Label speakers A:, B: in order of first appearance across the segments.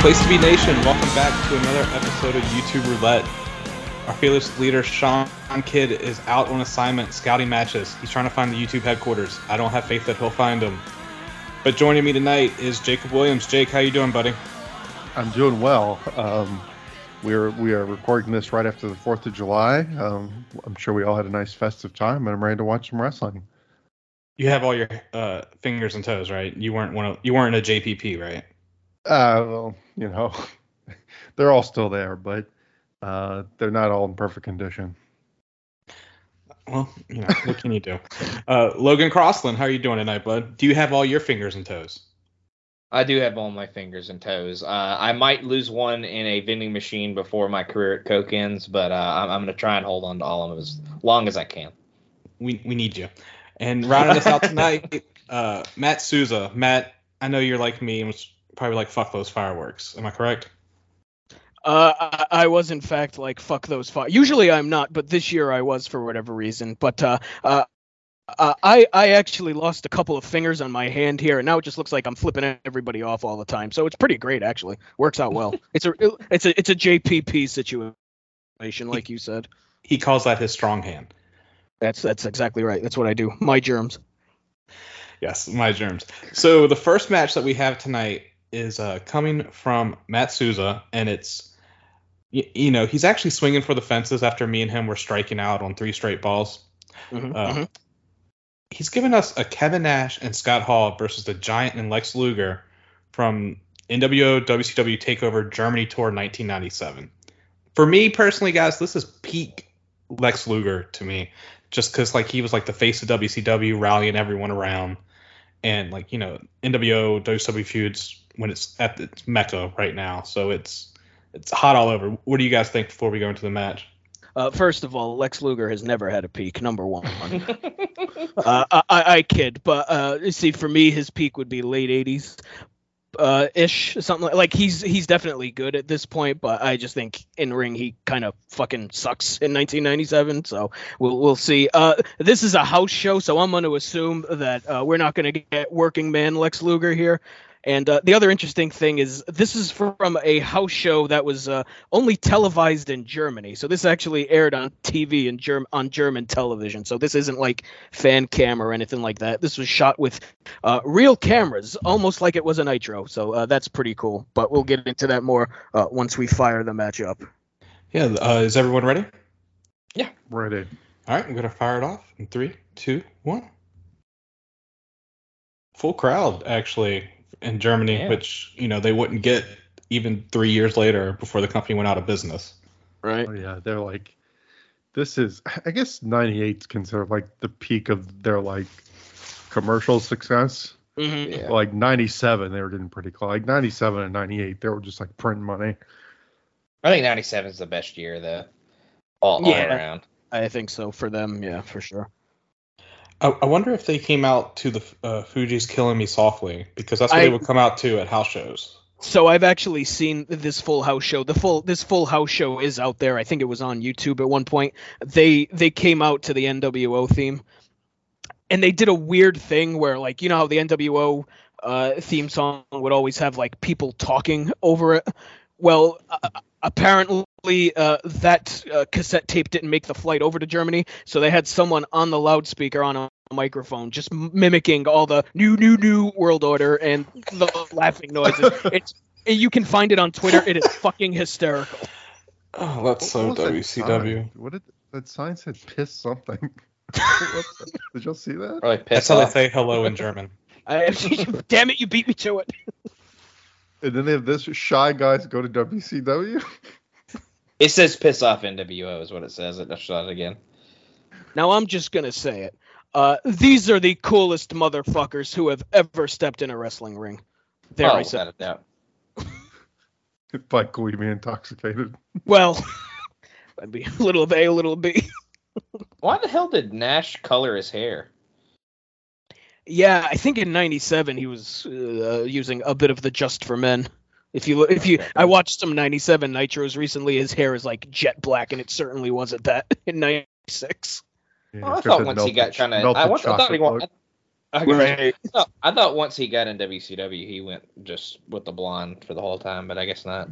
A: Place to be Nation, welcome back to another episode of YouTube Roulette. Our fearless leader, Sean Kidd, is out on assignment scouting matches. He's trying to find the YouTube headquarters. I don't have faith that he'll find them. But joining me tonight is Jacob Williams. Jake, how you doing, buddy?
B: I'm doing well. Um, we're we are recording this right after the Fourth of July. Um, I'm sure we all had a nice festive time, and I'm ready to watch some wrestling.
A: You have all your uh, fingers and toes, right? You weren't one of you weren't a JPP, right?
B: Uh, well, you know, they're all still there, but uh, they're not all in perfect condition.
A: Well, you know, what can you do? Uh, Logan Crossland, how are you doing tonight, bud? Do you have all your fingers and toes?
C: I do have all my fingers and toes. Uh, I might lose one in a vending machine before my career at Coke ends, but uh, I'm, I'm going to try and hold on to all of them as long as I can.
A: We we need you. And rounding us out tonight, uh, Matt Souza. Matt, I know you're like me and was probably like fuck those fireworks. Am I correct?
D: Uh, I, I was in fact like fuck those fi Usually I'm not, but this year I was for whatever reason. But uh, uh, uh, I I actually lost a couple of fingers on my hand here, and now it just looks like I'm flipping everybody off all the time. So it's pretty great actually. Works out well. it's a it's a it's a JPP situation, like you said.
A: He calls that his strong hand.
D: That's that's exactly right. That's what I do. My germs.
A: Yes, my germs. So the first match that we have tonight is uh, coming from Matt Souza, and it's you, you know he's actually swinging for the fences after me and him were striking out on three straight balls.
D: Mhm,
A: Uh,
D: mhm.
A: He's given us a Kevin Nash and Scott Hall versus the Giant and Lex Luger from NWO WCW Takeover Germany Tour 1997. For me personally, guys, this is peak Lex Luger to me, just because like he was like the face of WCW, rallying everyone around, and like you know NWO WCW feuds when it's at its mecca right now, so it's it's hot all over. What do you guys think before we go into the match?
D: Uh, first of all, Lex Luger has never had a peak. Number one. uh, I, I I kid, but uh, you see, for me, his peak would be late '80s, uh, ish, something like, like he's he's definitely good at this point, but I just think in ring he kind of fucking sucks in 1997. So we'll we'll see. Uh, this is a house show, so I'm going to assume that uh, we're not going to get working man Lex Luger here. And uh, the other interesting thing is this is from a house show that was uh, only televised in Germany. So this actually aired on TV and Germ- on German television. So this isn't like fan cam or anything like that. This was shot with uh, real cameras, almost like it was a Nitro. So uh, that's pretty cool. But we'll get into that more uh, once we fire the match up.
A: Yeah, uh, is everyone ready?
B: Ready?
A: All right, I'm gonna fire it off in three, two, one. Full crowd actually in Germany,
C: Yeah.
A: which you know they wouldn't get even three years later before the company went out of business.
D: Right.
B: Oh yeah, they're like, this is. I guess '98 is considered like the peak of their like commercial success.
D: Mm-hmm.
C: Yeah.
B: Like '97, they were getting pretty close. Like '97 and '98, they were just like printing money.
C: I think 97 is the best year, though, all, all
D: Yeah.
C: around.
D: I think so for them. Yeah, for sure.
A: I, I wonder if they came out to the uh, Fuji's "Killing Me Softly" because that's what
D: I-
A: they would come out to at house shows.
D: So I've actually seen this Full House show. The full this Full House show is out there. I think it was on YouTube at one point. They they came out to the NWO theme, and they did a weird thing where like you know how the NWO uh, theme song would always have like people talking over it. Well, uh, apparently uh, that uh, cassette tape didn't make the flight over to Germany, so they had someone on the loudspeaker on a microphone just m- mimicking all the new new new world order and the laughing noises. It's you can find it on Twitter. It is fucking hysterical.
A: Oh, that's so
B: What was that
A: WCW.
B: sign? What did that sign said? Piss something. What's that? did y'all see that?
C: Really
A: That's
C: pissed
A: how they
C: off.
A: say hello in German.
D: I, damn it, you beat me to it.
B: And then they have this shy guys go to WCW.
C: It says piss off NWO is what it says. It shot again.
D: Now I'm just gonna say it. Uh, these are the coolest motherfuckers who have ever stepped in a wrestling ring. There
C: oh,
D: I said.
C: without a doubt.
B: By gleefully intoxicated.
D: it. Well, I'd be a little of A, a little of B.
C: Why the hell did Nash color his hair?
D: Yeah, I think in '97 he was uh, using a bit of the Just for Men. If you look, if you,
C: Okay.
D: I watched some '97 Nitros recently. His hair is like jet black, and it certainly wasn't that in '96.
B: Yeah,
C: Oh, I
B: he's got
C: Oh, thought
B: that
C: once he
B: melted-
C: got kind of.
B: melted
C: I, want- I thought
B: chocolate
C: he wa-
B: look.
D: Right.
C: No, I thought once he got in WCW, he went just with the blonde for the whole time, but I guess not.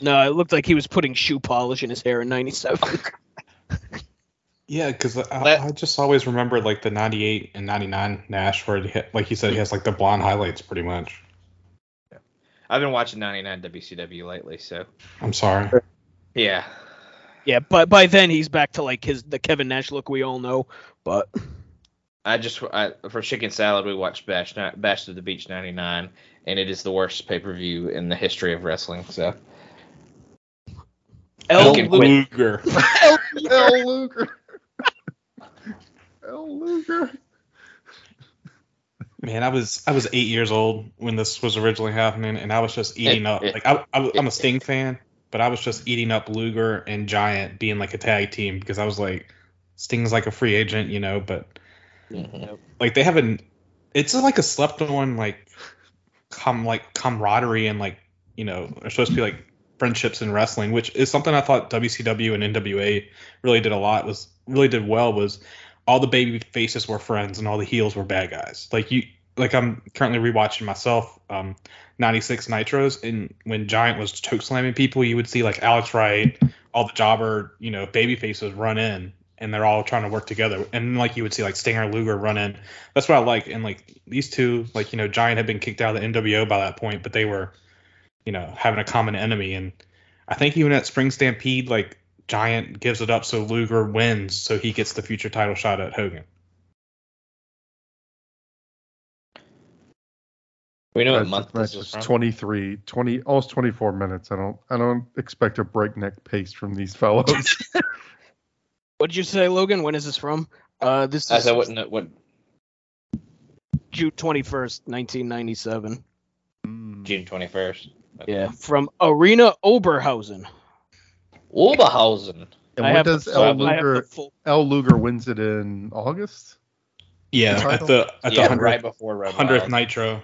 D: No, it looked like he was putting shoe polish in his hair in '97.
A: Yeah, because I,
C: Let-
A: I just always remember like the '98 and '99 Nash, where he, like he said, he has like the blonde highlights pretty much.
C: I've been watching 99 WCW lately, so
A: I'm sorry.
C: yeah.
D: yeah, but by then he's back to like his the Kevin Nash look we all know. But
C: I just I, for chicken salad we watched Bash Ni- Bash to the Beach 99, and it is the worst pay per view in the history of wrestling. So
D: El
C: Elgin
D: Lu-
A: Luger.
D: El-
B: L. Luger. L. Luger.
A: Man, I was I was eight years old when this was originally happening, and I was just eating up. Like I, I am a Sting fan, but I was just eating up Luger and Giant being like a tag team because I was like, Sting's like a free agent, you know, but
C: Mm-hmm.
A: like they haven't. It's like a slept on like com like camaraderie and like you know are supposed to be like friendships in wrestling, which is something I thought WCW and NWA really did a lot was really did well was all the baby faces were friends and all the heels were bad guys. Like you like I'm currently rewatching myself um 96 Nitros and when Giant was choke slamming people, you would see like Alex Wright, all the jobber, you know, baby faces run in and they're all trying to work together. And like you would see like Stinger Luger run in. That's what I like. And like these two, like, you know, Giant had been kicked out of the NWO by that point, but they were, you know, having a common enemy. And I think even at Spring Stampede, like Giant gives it up so Luger wins so he gets the future title shot at Hogan.
C: we know what
B: That's-
C: month
B: that's
C: this is
B: just
C: from.
B: 23, 20, almost 24 minutes. I don't, I don't expect a breakneck pace from these fellows.
D: what did you say, Logan? When is this from? Uh, this
C: I
D: is
C: said what, what
D: June 21st, 1997.
C: June 21st.
D: Yeah, from Arena Oberhausen.
C: Oberhausen.
B: And
D: I
B: when
D: have
B: does
D: the,
C: I
B: L.
C: have
B: Luger,
D: the full-
B: L. Luger wins it in August?
A: Yeah,
B: The
A: at
B: title?
A: the at
C: yeah,
A: the
C: right
A: hundredth
C: before Road
A: hundredth
C: Wild.
A: Nitro.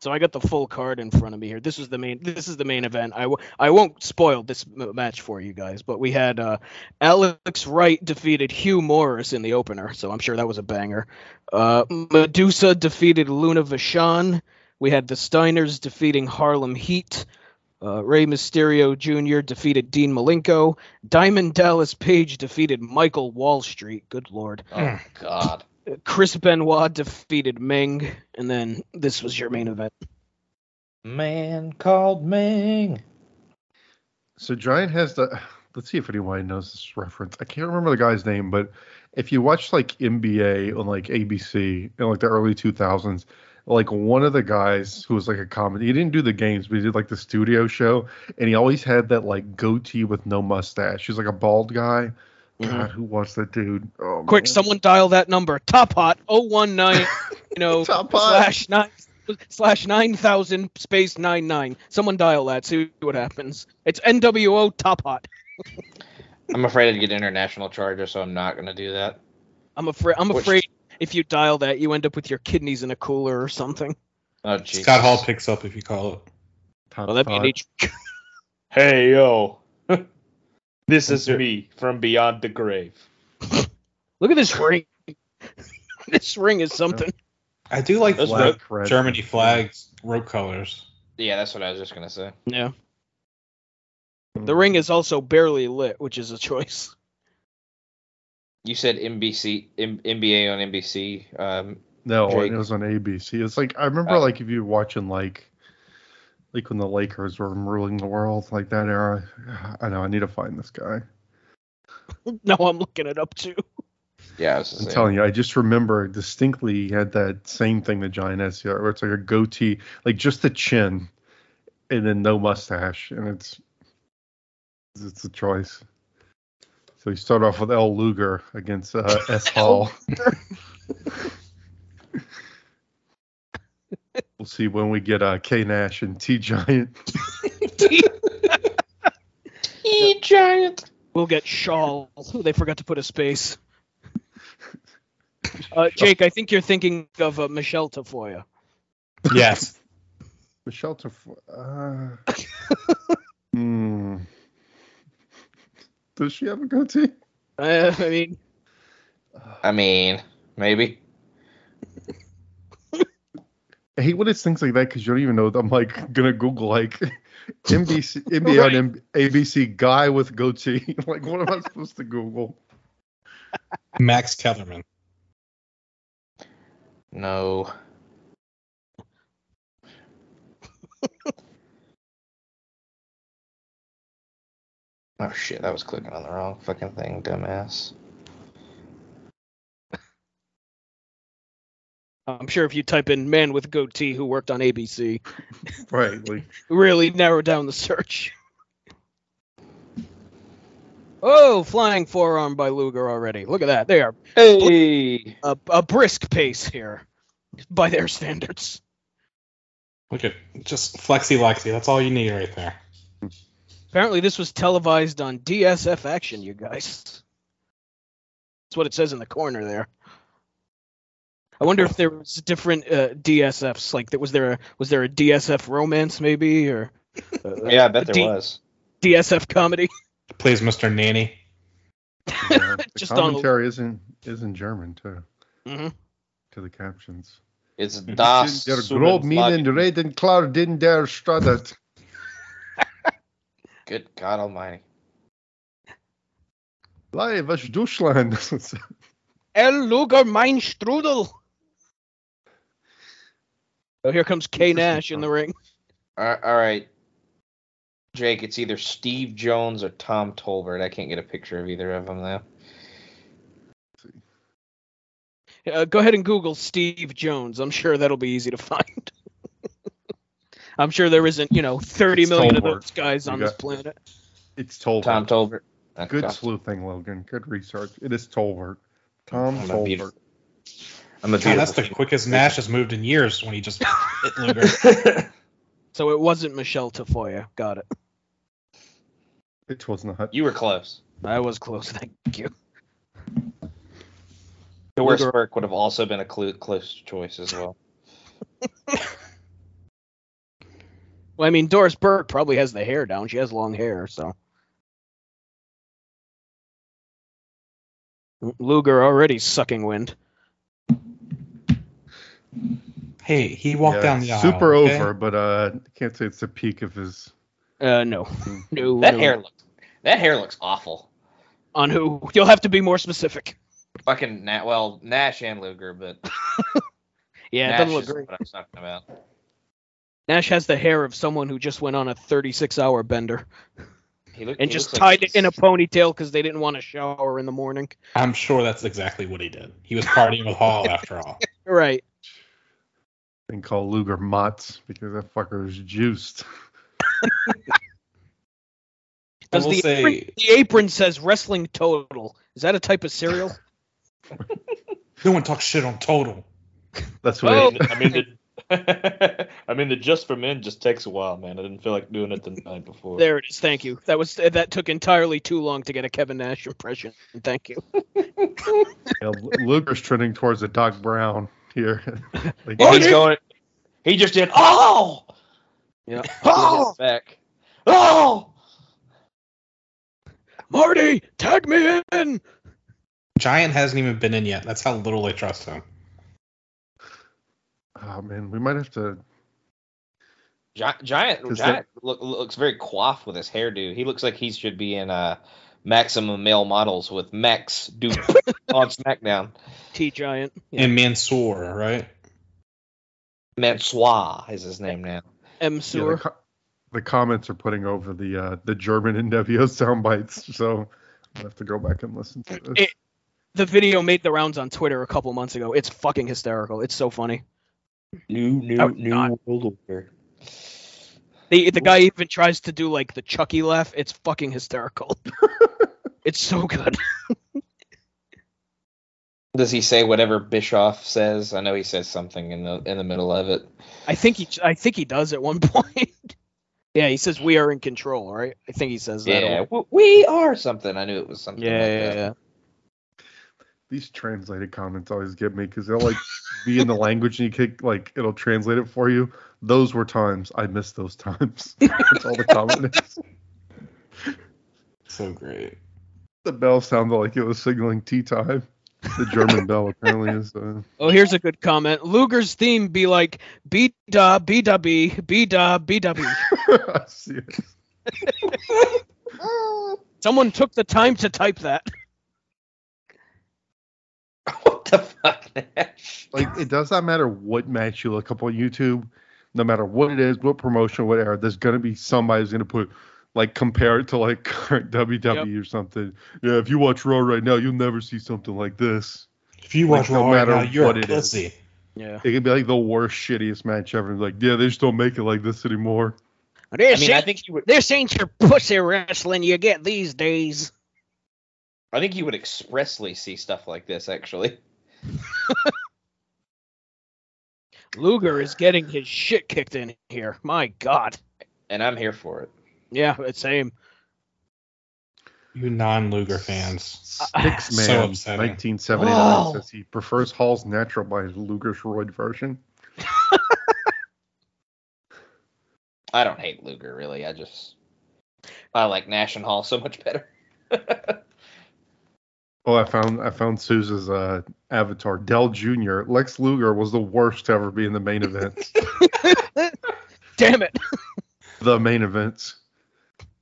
D: So I got the full card in front of me here. This is the main. This is the main event. I, w- I won't spoil this m- match for you guys, but we had uh, Alex Wright defeated Hugh Morris in the opener, so I'm sure that was a banger. Uh, Medusa defeated Luna Vachon. We had the Steiners defeating Harlem Heat. Uh, Rey Mysterio Jr. defeated Dean Malenko. Diamond Dallas Page defeated Michael Wall Street. Good lord.
C: Oh God.
D: Chris Benoit defeated Ming, and then this was your main event.
C: Man called Ming.
B: So Giant has the. Let's see if anyone knows this reference. I can't remember the guy's name, but if you watch like NBA on like ABC in like the early 2000s, like one of the guys who was like a comedy, he didn't do the games, but he did like the studio show, and he always had that like goatee with no mustache. He's like a bald guy. God, who was that dude? Oh,
D: Quick,
B: man.
D: someone dial that number. Top Hot 019, you know,
B: Top Hot.
D: slash nine slash nine thousand space nine nine. Someone dial that. See what happens. It's NWO Top Hot.
C: I'm afraid I'd get international charger, so I'm not gonna do that.
D: I'm afraid. I'm
C: Which-
D: afraid if you dial that, you end up with your kidneys in a cooler or something.
C: Oh jeez.
A: Scott Hall picks up if you call it.
B: Top
D: Well, that'd be
B: thought.
D: an H.
C: Hey yo. this
B: is
C: me from beyond the grave.
D: Look at this ring. this ring is something.
A: I do like
C: Those
A: flag,
B: Black, red.
A: Germany flags, rope colors.
C: Yeah, that's what I was just gonna say.
D: Yeah. The
B: Hmm.
D: ring is also barely lit, which is a choice.
C: You said NBC, M- NBA on NBC. Um,
B: No,
C: Jake.
B: it was on ABC. It's like I remember,
C: Oh.
B: like if you were watching, like, like when the Lakers were ruling the world, like that era. I know I need to find this guy.
D: No, I'm looking it up too.
C: yeah, I was just
B: I'm
C: saying.
B: telling you, I just remember distinctly he had that same thing that Giant has here, where it's like a goatee, like just the chin, and then no mustache, and it's it's a choice. So you start off with L. Luger against uh, S. Hall. we'll see when we get uh, K. Nash and T. Giant.
C: E giant.
D: We'll get Shaw. They forgot to put a space. Uh, Jake, I think you're thinking of uh, Michelle Tafoya.
A: Yes.
B: Michelle Tef- uh, hmm. Does she have a goatee?
D: Uh, I mean,
C: I mean, maybe.
B: I hate when it's things like that because you don't even know. That I'm like gonna Google like NBC NBA on M- ABC guy with goatee. like what am I supposed to Google?
A: Max Kellerman.
C: No. oh shit, I was clicking on the wrong fucking thing, dumbass.
D: I'm sure if you type in man with goatee who worked on ABC,
B: Right, like
D: really narrow down the search. Oh, flying forearm by Luger already. Look at that. They are
C: Hey!
D: a, a brisk pace here by their standards.
A: Look at just flexi lexi. That's all you need right there.
D: Apparently, this was televised on DSF Action, you guys. That's what it says in the corner there. I wonder if there was different uh, DSFs. Like, there was there a, was there a DSF romance maybe, or uh,
C: Yeah, I bet there
D: D-
C: was.
D: DSF comedy?
A: Plays Mr. Nanny.
B: you know, the
D: Just on the-
B: commentary isn't isn't German too.
D: Mhm.
B: To the captions.
C: It's
B: Das
C: Das.
B: der grob minen
C: Sudenslagen.
B: reden klar den der stradet.
C: Good God Almighty.
B: Live aus Deutschland.
D: El Luger mein Strudel. Oh, here comes K Nash in the ring.
C: All- all right. Jake, it's either Steve Jones or Tom Tolbert. I can't get a picture of either of them, though.
D: Uh, go ahead and Google Steve Jones. I'm sure that'll be easy to find. I'm sure there isn't, you know, 30
B: It's
D: million of
B: homework.
D: those guys
B: You
D: on this
B: got-
D: planet.
B: it's Tolbert.
C: Tom Tolbert.
B: Good
C: Okay.
B: sleuthing, Logan. Good research. It is Tolbert. Tom
C: I'm a
B: Tolbert.
C: beautiful- I'm a
A: God, that's the
C: beautiful.
A: quickest Nash has moved in years when he just hit Luger.
D: So it wasn't Michelle Tafoya. Got it.
B: It was not.
C: you were close.
D: I was close. Thank you.
C: The worst work would have also been a clu- close choice as well.
D: Well, I mean, Doris Burke probably has the hair down. She has long hair, so. Luger already sucking wind.
A: hey, he walked
B: Yeah,
A: down the aisle.
B: super
A: okay?
B: over, but uh, can't say it's the peak of his.
D: Uh, no. No.
C: That
D: no.
C: hair looks. That hair looks awful.
D: On who? You'll have to be more specific.
C: Fucking Nat. Well, Nash and Luger, but
D: Yeah, it
C: Nash
D: doesn't look
C: is
D: great.
C: what I'm talking about.
D: Nash has the hair of someone who just went on a 36 hour bender
C: He look,
D: and
C: he
D: just
C: looks like
D: tied it in a
C: he's-
D: ponytail because they didn't want to shower in the morning.
A: I'm sure that's exactly what he did. He was partying with Hall after all.
D: Right.
B: thing called Luger Motts because that fucker is juiced.
A: I
D: Does
A: will
D: the, apron,
A: say,
D: the apron says wrestling total. Is that a type of cereal?
A: no one talks shit on Total.
B: That's what.
C: Well,
B: it-
C: I mean, the, I mean, the just for men just takes a while, man. I didn't feel like doing it the night before.
D: there it is. Thank you. That was that took entirely too long to get a Kevin Nash impression. Thank you.
B: yeah, Luger's trending towards the Doc Brown here. like,
C: And he's going. He just did. Oh.
D: Yeah.
C: Oh. Back. Oh.
D: Marty, tag me in.
A: Giant hasn't even been in yet. That's how little they trust him.
B: oh man, we might have to.
C: Gi- Giant,
B: Does
C: Giant look, looks very coiffed with his hairdo. He looks like he should be in uh, Maximum Male Models with Max Duke on SmackDown.
D: T Giant.
A: And Mansoor, right?
C: Mansoir is his name now.
D: M
B: yeah, the,
D: Sewer.
B: co- the comments are putting over the uh, the German NWO sound bites, so I have to go back and listen to this.
D: It- The video made the rounds on Twitter a couple months ago. It's fucking hysterical. It's so funny.
C: New,
D: I
C: new,
D: would not.
C: world order.
D: The the guy even tries to do like the Chucky laugh. It's fucking hysterical. it's so good.
C: Does he say whatever Bischoff says? I know he says something in the in the middle of it.
D: I think he I think he does at one point. yeah, he says we are in control, right? I think he says that.
C: Yeah, w- we are something. I knew it was something.
D: yeah,
C: like
D: yeah,
C: that.
D: yeah.
B: These translated comments always get me because they'll like be in the language and you kick like it'll translate it for you. Those were times I miss those times. That's all the comment is.
A: So great.
B: The bell sounded like it was signaling tea time. The German bell apparently is. Uh,
D: Oh, here's a good comment. Luger's theme be like, be Duh, BW, B Duh, BW.
B: I see it.
D: Someone took the time to type that.
C: what the fuck, Nash?
B: Like it does not matter what match you look up on YouTube, no matter what it is, what promotion, whatever. There's gonna be somebody's gonna put like compare it to like current WWE or something. Yeah, if you watch Raw right now, you'll never see something like this.
A: If you
B: Like,
A: watch
B: no
A: Raw right
B: matter
A: now, you're
B: what
A: a
B: it is.
A: pussy.
D: Yeah.
B: It could be like the worst, shittiest match ever. Like, yeah, they just don't make it like this anymore.
C: I
D: This,
C: mean, I
D: ain't,
C: think you would.
D: this ain't your pussy wrestling you get these days.
C: I think you would expressly see stuff like this. Actually,
D: Luger is getting his shit kicked in here. My God.
C: and I'm here for it.
D: Yeah, it's same.
A: You non-Luger fans.
B: Six
A: So
B: man,
A: upsetting.
B: 1979
C: Wow.
B: says he prefers Hall's natural by his Luger's roid version.
C: I don't hate Luger really. I just I like Nash and Hall so much better.
B: Oh, I found I found Sousa's uh, avatar, Dell Jr. Lex Luger was the worst to ever be in the main event.
D: Damn it.
B: the main events.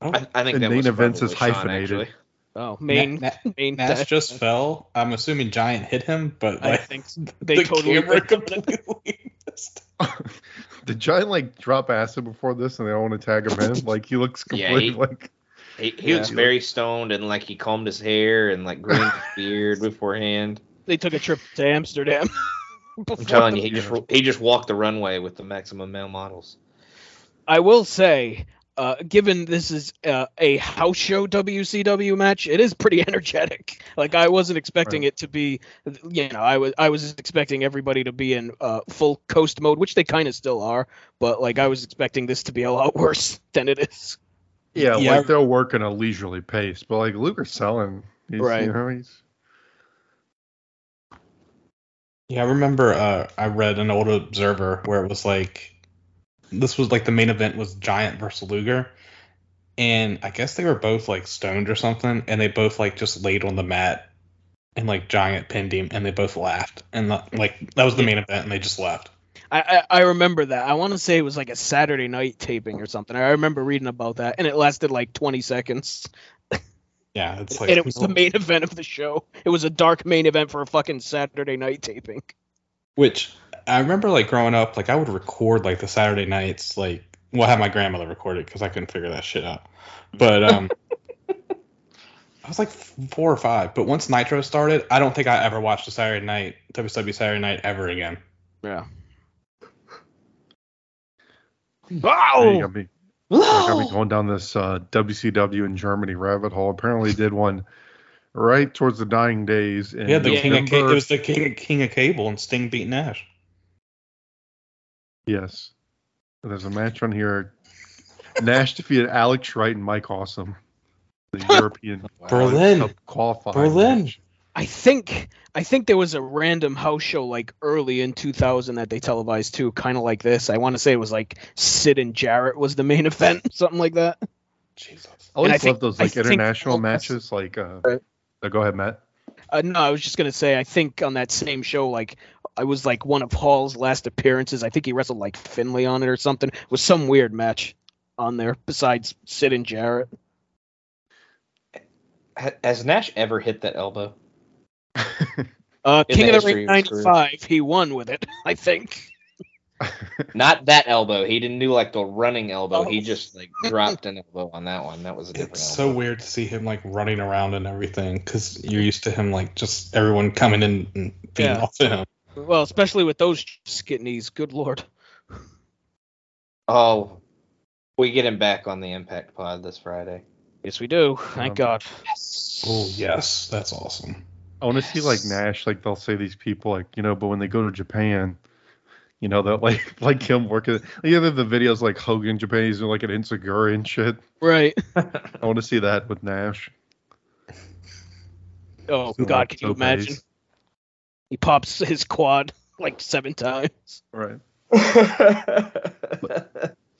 C: I, I think
B: And
C: that
B: main
C: was
B: events
C: probably
B: is
C: Sean,
B: hyphenated.
C: actually.
D: Oh, main,
A: Na-
D: main
A: Nash
D: dash.
A: just fell. I'm assuming Giant hit him, but
D: I
A: like
D: think they
A: the
D: totally
A: camera
D: ripped it.
A: completely missed.
B: Did Giant like drop acid before this and they don't want to tag him in? Like he looks
C: Yeah,
B: completely
C: he-
B: like
C: He, he
B: Yeah.
C: was very stoned and like he combed his hair and like groomed his beard beforehand.
D: They took a trip to Amsterdam.
C: I'm
D: Before
C: telling
D: the-
C: you, he just he just walked the runway with the maximum male models.
D: I will say, uh, given this is uh, a house show WCW match, it is pretty energetic. Like I wasn't expecting it to be, you know, I was I was expecting everybody to be in uh, full coast mode, which they kind of still are. But like I was expecting this to be a lot worse than it is.
B: yeah,
A: Yeah.
B: like they're working a leisurely pace, but like Luger's selling. He's,
D: Right.
B: You know, he's
A: Yeah, I remember uh, I read an old Observer where it was like this was like the main event was Giant versus Luger, and I guess they were both like stoned or something, and they both like just laid on the mat, and like Giant pinned him, and they both laughed, and like that was the main event, and they just left.
D: I, I, I remember that. I want to say it was like a Saturday night taping or something. I remember reading about that, and it lasted like 20 seconds.
A: Yeah, it's like
D: and it was the main event of the show. It was a dark main event for a fucking Saturday night taping.
A: Which I remember, like growing up, like I would record like the Saturday nights, like well, I had my grandmother record it because I couldn't figure that shit out. But um, I was like four or five. But once Nitro started, I don't think I ever watched a Saturday night WWE Saturday night ever again.
D: Yeah.
B: oh.
D: Wow.
B: got me, you
D: Oh!
B: got me going down this uh, WCW in Germany rabbit hole. Apparently did one right towards the dying days in
A: yeah, the
B: November.
A: King of Ca- it was the King of, King of Cable and Sting beat Nash.
B: Yes. There's a match on here. Nash defeated Alex Wright and Mike Awesome. The European
A: Berlin.
B: Cup qualifying.
A: Berlin.
B: match.
D: I think I think there was a random house show like early in 2000 that they televised too, kind of like this. I want to say it was like Sid and Jarrett was the main event, something like that.
A: Jesus.
B: I always
D: And I
B: love
D: think-
B: those
D: I
B: like
D: think
B: international
D: all-
B: matches. Like, uh,
D: Right.
B: uh, go ahead, Matt.
D: Uh, no, I was just gonna say I think on that same show, like I was like one of Hall's last appearances. I think he wrestled like Finley on it or something. It was some weird match on there besides Sid and Jarrett.
C: Ha- Has Nash ever hit that elbow?
D: Uh,
C: In the
D: King of the
C: history
D: Ring
C: of his career.
D: '95, he won with it, I think.
C: Not that elbow. He didn't do like the running elbow.
D: Oh.
C: He just like dropped an elbow on that one. That was a different
A: It's so
C: elbow.
A: weird to see him like running around and everything because you're used to him like just everyone coming in and beating
D: Yeah.
A: off of him.
D: Well, especially with those skit knees. Good lord.
C: oh, we get him back on the Impact Pod this Friday.
D: Yes, we do. Thank
B: Um,
D: God.
C: Yes.
A: Oh yes, that's awesome.
B: I want to see like
C: Yes.
B: Nash. Like they'll say these people like you know, but when they go to Japan, you know that like like him working. Like, yeah, the videos like Hogan Japan. He's doing like an Insiguri and shit.
D: Right.
B: I want to see that with Nash.
D: Oh
B: Doing,
D: God,
B: like,
D: can you
B: topes.
D: imagine? He pops his quad like seven times.
B: Right.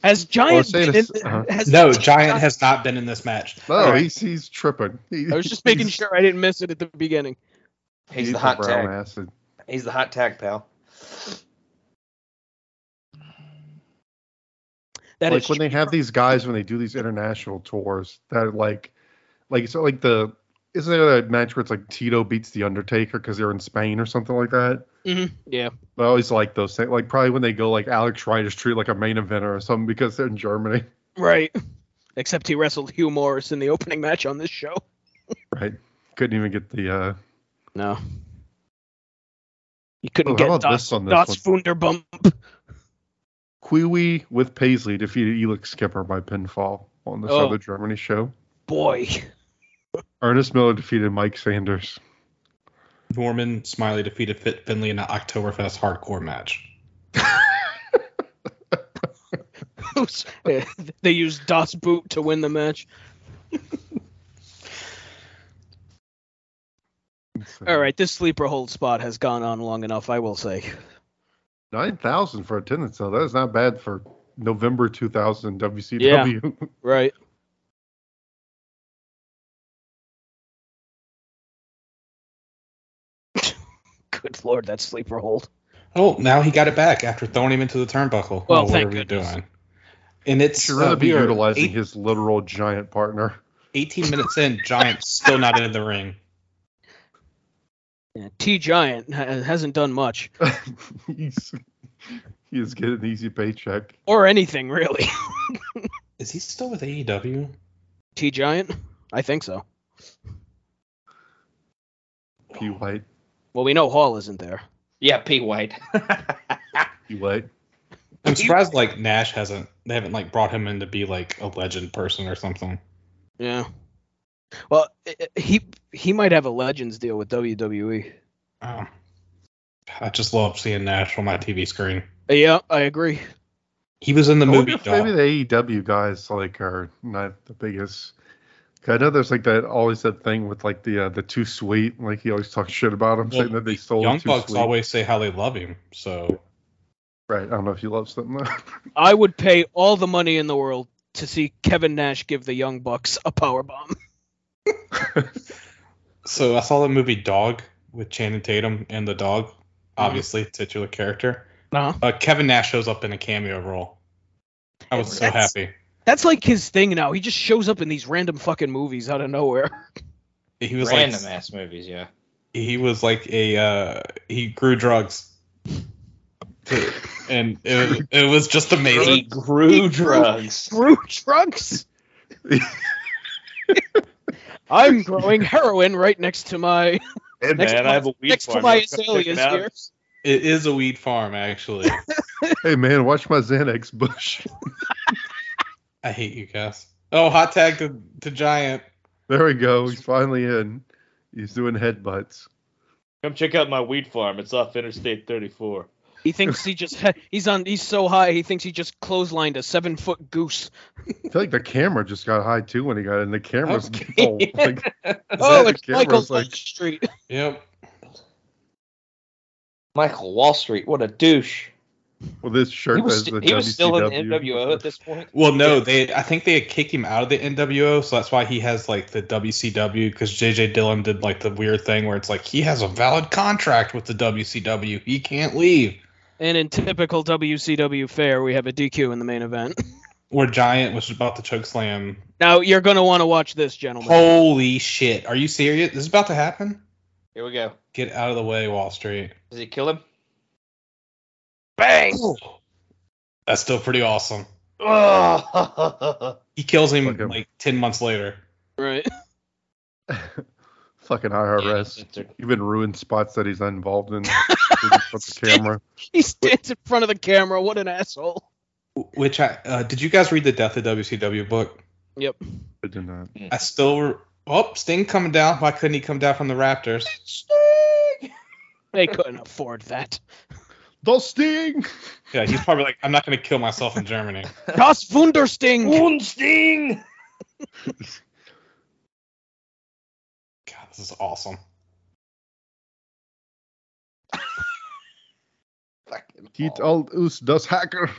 D: Has Giant
B: say
D: been
B: this-
D: in-
B: uh-huh.
D: has
A: No, Giant has not been in this match.
B: No,
A: Alright.
B: Oh, he's he's tripping. He-
D: I was just making
B: he's-
D: sure I didn't miss it at the beginning.
C: He's the
B: a
C: hot
B: brown
C: tag.
B: acid.
C: He's the hot tag pal.
D: That
B: like
D: is
B: when they have these guys when they do these international tours that are like like it's like the isn't there that match where it's like Tito beats the Undertaker because they're in Spain or something like that?
D: Mhm, yeah.
B: But I always like those things. Like probably when they go like Alex Riders treat like a main eventer or something because they're in Germany.
D: Right. Except he wrestled Hugh Morris in the opening match on this show.
B: Right. Couldn't even get the uh
D: No. You
B: Oh,
D: couldn't
B: how
D: get
B: about
D: Das,
B: this on this
D: das Wunderbump.
B: Kiwi with Paisley defeated Elix Skipper by pinfall on this
D: Oh.
B: other Germany show.
D: Boy.
B: Ernest Miller defeated Mike Sanders.
A: Norman Smiley defeated Fit Finley in an Oktoberfest hardcore match.
D: they used Das Boot to win the match. All right, this sleeper hold spot has gone on long enough, I will say.
B: Nine thousand for attendance though. That is not bad for November two thousand WCW.
D: Right. Good lord, that sleeper hold.
A: Oh, now he got it back after throwing him into the turnbuckle.
D: Well,
A: oh, what
D: thank
A: are we
D: goodness.
A: doing? And it's
B: Should rather
A: uh,
B: be
A: we are
B: utilizing
A: eight-
B: his literal giant partner.
A: 18 minutes in, Giant's still not in the ring.
D: Yeah, T Giant ha- hasn't done much
B: he's he's getting an easy paycheck.
D: or anything really.
A: Is he still with E AEW?
D: T Giant, I think so.
B: P White,
D: Well, we know Hall isn't there.
C: Yeah, P. White.
B: P White.
A: I'm surprised like Nash hasn't they haven't like brought him in to be like a legend person or something.
D: Yeah. Well, i- i- he he might have a Legends deal with E. WWE.
A: Oh. I just love seeing Nash on my TV screen.
D: Yeah, I agree.
A: He was in the
B: I wonder
A: movie
B: if
A: Dog.
B: maybe the AEW guys like are not the biggest. 'Cause I know there's like that always that thing with like the uh, the too sweet. Like he always talks shit about them,
A: Well,
B: saying that they sold
A: Young
B: too
A: Bucks
B: sweet.
A: always say how they love him. So
B: Right. I don't know if he loves them though.
D: I would pay all the money in the world to see Kevin Nash give the Young Bucks a power bomb.
A: so I saw the movie Dog with Channing Tatum and the dog,
C: Mm-hmm.
A: obviously titular character.
D: Uh-huh.
A: Uh, Kevin Nash shows up in a cameo role. I was so
D: That's-
A: happy.
D: That's like his thing now. He just shows up in these random fucking movies out of nowhere.
A: He was
C: Random
A: like
C: ass movies, yeah.
A: he was like a uh, he grew drugs, To- and it, it was just
C: He
A: amazing.
C: grew drugs.
D: Brew trunks. I'm growing heroin right next to my
B: and
D: Next
C: Man,
D: to
C: I have a weed
D: next to
C: farm.
D: my
C: You wanna come check
D: azaleas
C: it out?
D: here.
A: It is a weed farm, actually.
B: hey man, watch my Xanax Bush.
A: I hate you guys. Oh, hot tag to, to Giant.
B: There we go. He's finally in. He's doing headbutts.
C: Come check out my weed farm. It's off Interstate 34.
D: He thinks he just he's on he's so high he thinks he just clotheslined a seven foot goose.
B: I feel like the camera just got high too when he got in. The camera's
C: Okay.
B: full. Like,
D: Oh,
B: the
D: it's Michael
B: camera's like-
D: Street.
A: Yep.
C: Michael Wall Street, what a douche.
B: well, this shirt
C: He was,
B: is the
C: st- he was still in the E
B: WCW.
C: NWO at this point.
A: Well, no, they. I think they had kicked him out of the NWO, so that's why he has like the WCW because JJ Dillon did like the weird thing where it's like he has a valid contract with the WCW. He can't leave.
D: And in typical WCW fare, we have a DQ in the main event.
A: Where Giant was about to choke slam.
D: Now you're gonna want to watch this, gentlemen.
A: Holy shit! Are you serious? This is about to happen.
C: Here we go.
A: Get out of the way, Wall Street.
C: Does he kill him? Bang!
A: That's still pretty awesome.
C: Oh.
A: He kills him
B: Fuck him.
A: like ten months later.
D: Right.
B: Fucking
C: Yeah,
B: IRS.
C: censored.
B: You've been ruined spots that he's involved in. Didn't put the camera.
D: He stands in front of the camera. What an asshole.
A: Which I uh, did you guys read the Death of WCW book?
D: Yep.
B: I did not.
A: I still. Re- oh, Sting coming down. Why couldn't he come down from the Raptors?
D: They couldn't afford that.
B: The Sting.
A: Yeah, he's probably like, I'm not going to kill myself in Germany.
D: Das Wundersting.
C: Unsting!
A: God, this is awesome.
C: Fucking
B: Geht
C: Wall.
B: alt us das Hacker.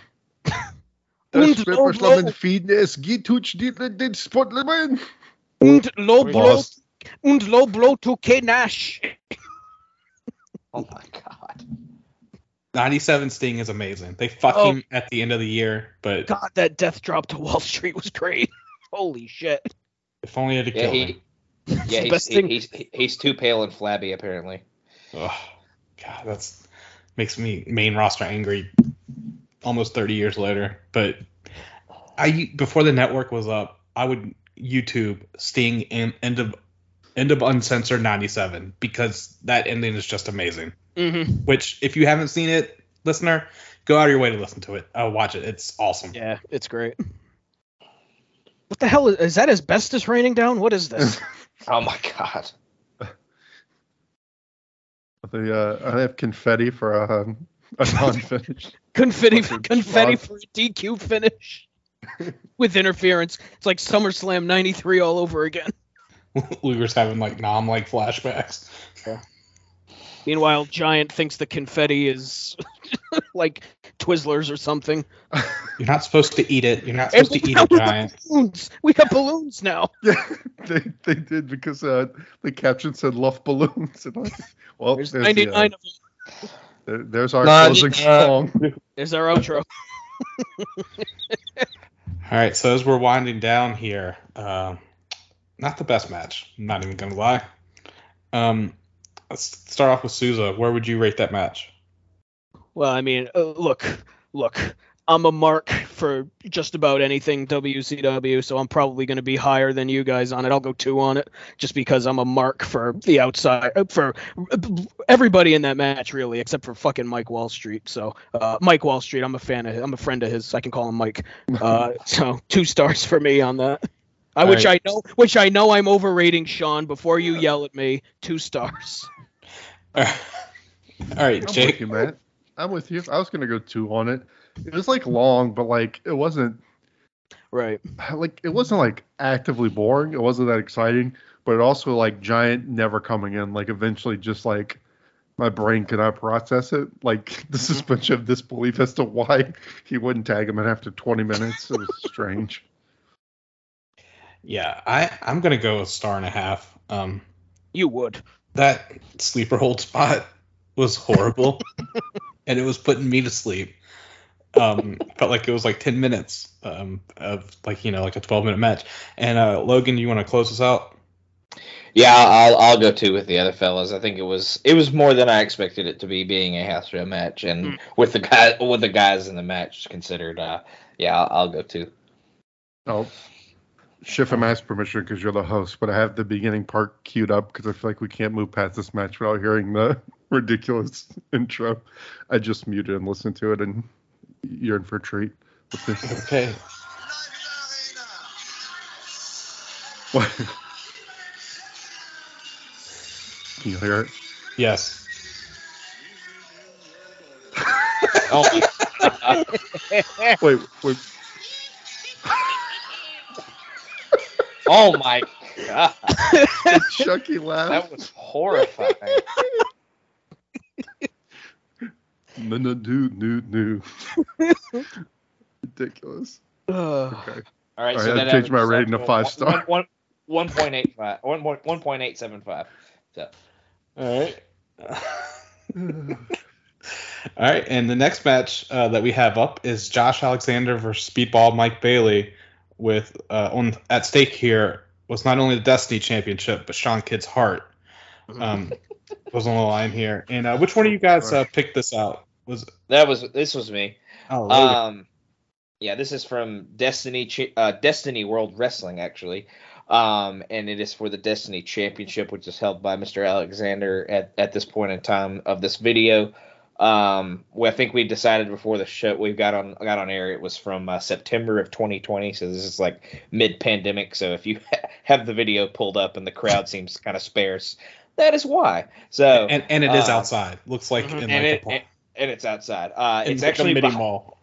D: Und
B: Das
D: Low
B: Schlepperschlammen
D: Blow.
B: fieden es. Geht tut Stiedle den Spotlerman.
D: Und Low Blow.
B: Lost.
D: Und Low Blow to K Nash.
C: Oh my god.
A: 97 Sting is amazing. They fuck
D: Oh.
A: him at the end of the year, but
D: God, that death drop to Wall Street was great. Holy shit.
A: if only I had to
C: Yeah,
A: kill
C: he,
A: him.
D: It's
C: yeah,
D: the
C: he's,
D: best thing.
C: he's he's too pale and flabby apparently.
A: Ugh, God, that's makes me main roster angry almost 30 years later. But I before the network was up, I would YouTube Sting and end of end of uncensored 97 because that ending is just amazing.
D: hmm
A: Which if you haven't seen it, listener, go out of your way to listen to it. Uh, watch it. It's awesome.
D: Yeah, it's great. What the hell is, is that? Asbestos raining down? What is this?
C: Oh my god.
B: The uh, I have confetti for a, a non-finish.
D: confetti,
B: Fucking
D: confetti
B: schmuck.
D: for a DQ finish with interference. It's like SummerSlam '93 all over again.
A: Luger's having like nom like flashbacks.
D: Meanwhile, Giant thinks the confetti is like Twizzlers or something.
A: You're not supposed to eat it. You're not supposed to eat it, Giant.
D: Balloons. We have balloons now.
B: yeah, they, they did because uh, the caption said "Luff balloons." And I,
A: Oh,
B: well,
D: There's
B: there's, the,
D: 99
B: uh,
D: of them.
B: there- there's our
A: Nah,
B: closing
A: uh,
B: song.
D: There's our outro.
A: All right, so as we're winding down here, uh, not the best match. I'm not even gonna lie. Um, let's start off with Souza. Where would you rate that match?
D: Well, I mean, uh, look, look. I'm a mark for just about anything WCW, so I'm probably going to be higher than you guys on it. I'll go two on it just because I'm a mark for the outside, uh, for everybody in that match, really, except for fucking Mike Wall Street. So, uh, Mike Wall Street, I'm a fan of, I'm a friend of his. I can call him Mike. Uh, so, two stars for me on that. I,
A: All
D: which
A: right.
D: I know, which I know, I'm overrating Sean. Before you yell at me, two stars.
A: All right,
B: I'm with
A: Jake.
B: you, Matt. I'm with you. I was gonna go two on it. It was like long, but like it wasn't
D: Right.
B: like it wasn't like actively boring. It wasn't that exciting, but it also like giant never coming in. Like eventually, just like my brain cannot process it. Like the suspension of disbelief as to why he wouldn't tag him in after 20 minutes. It was strange.
A: Yeah, I I'm gonna go a star and a half. Um,
D: You would.
A: that sleeper hold spot was horrible, and it was putting me to sleep. Um, felt like it was like ten minutes um, of like you know like a twelve minute match. And uh, Logan, you want to close us out?
C: Yeah, I'll I'll go too with the other fellas. I think it was it was more than I expected it to be, being a house show match, and
D: Mm.
C: with the guy with the guys in the match considered. Uh, yeah, I'll, I'll go too.
B: Oh, Shiffam asked permission because you're the host, but I have the beginning part queued up because I feel like we can't move past this match without hearing the ridiculous intro. I just muted and listened to it, and you're in for a treat.
A: Okay.
B: What? Can you hear it?
A: Yes. oh my
B: Wait, wait.
C: Oh my god,
B: Chucky
C: that
B: laughed.
C: was horrifying.
B: No, no, no, no, no. Ridiculous.
D: Ugh.
B: Okay.
C: All right,
B: All
C: so
B: right,
C: that
B: I changed my
C: averages
B: rating
C: up
B: to five
C: one-
B: star.
C: One one point eight five, one point one point eight seven five.
A: All right. All right, and the next match uh, that we have up is Josh Alexander versus Speedball Mike Bailey. With uh, on at stake here was not only the Destiny Championship, but Sean Kidd's heart
C: Mm-hmm.
A: um, was on the line here. And uh, which one of you guys uh, picked this out? Was
C: That was this was me.
A: oh, Logan.
C: Um, yeah, this is from Destiny Ch- uh, Destiny World Wrestling actually, um, and it is for the Destiny Championship, which is held by Mr. Alexander at at this point in time of this video. Um, well, I think we decided before the show we've got on got on air. It was from uh, September of 2020, so this is like mid pandemic. So if you have the video pulled up and the crowd seems kind of sparse, that is why. So
A: and and it is
C: uh,
A: outside. Looks like in
D: mhm,
A: like
C: mm-hmm, and
A: a
C: it,
A: park.
C: and, and it's outside. Uh,
A: In
C: it's
A: like a
C: actually
A: mini
C: behi-
A: mall.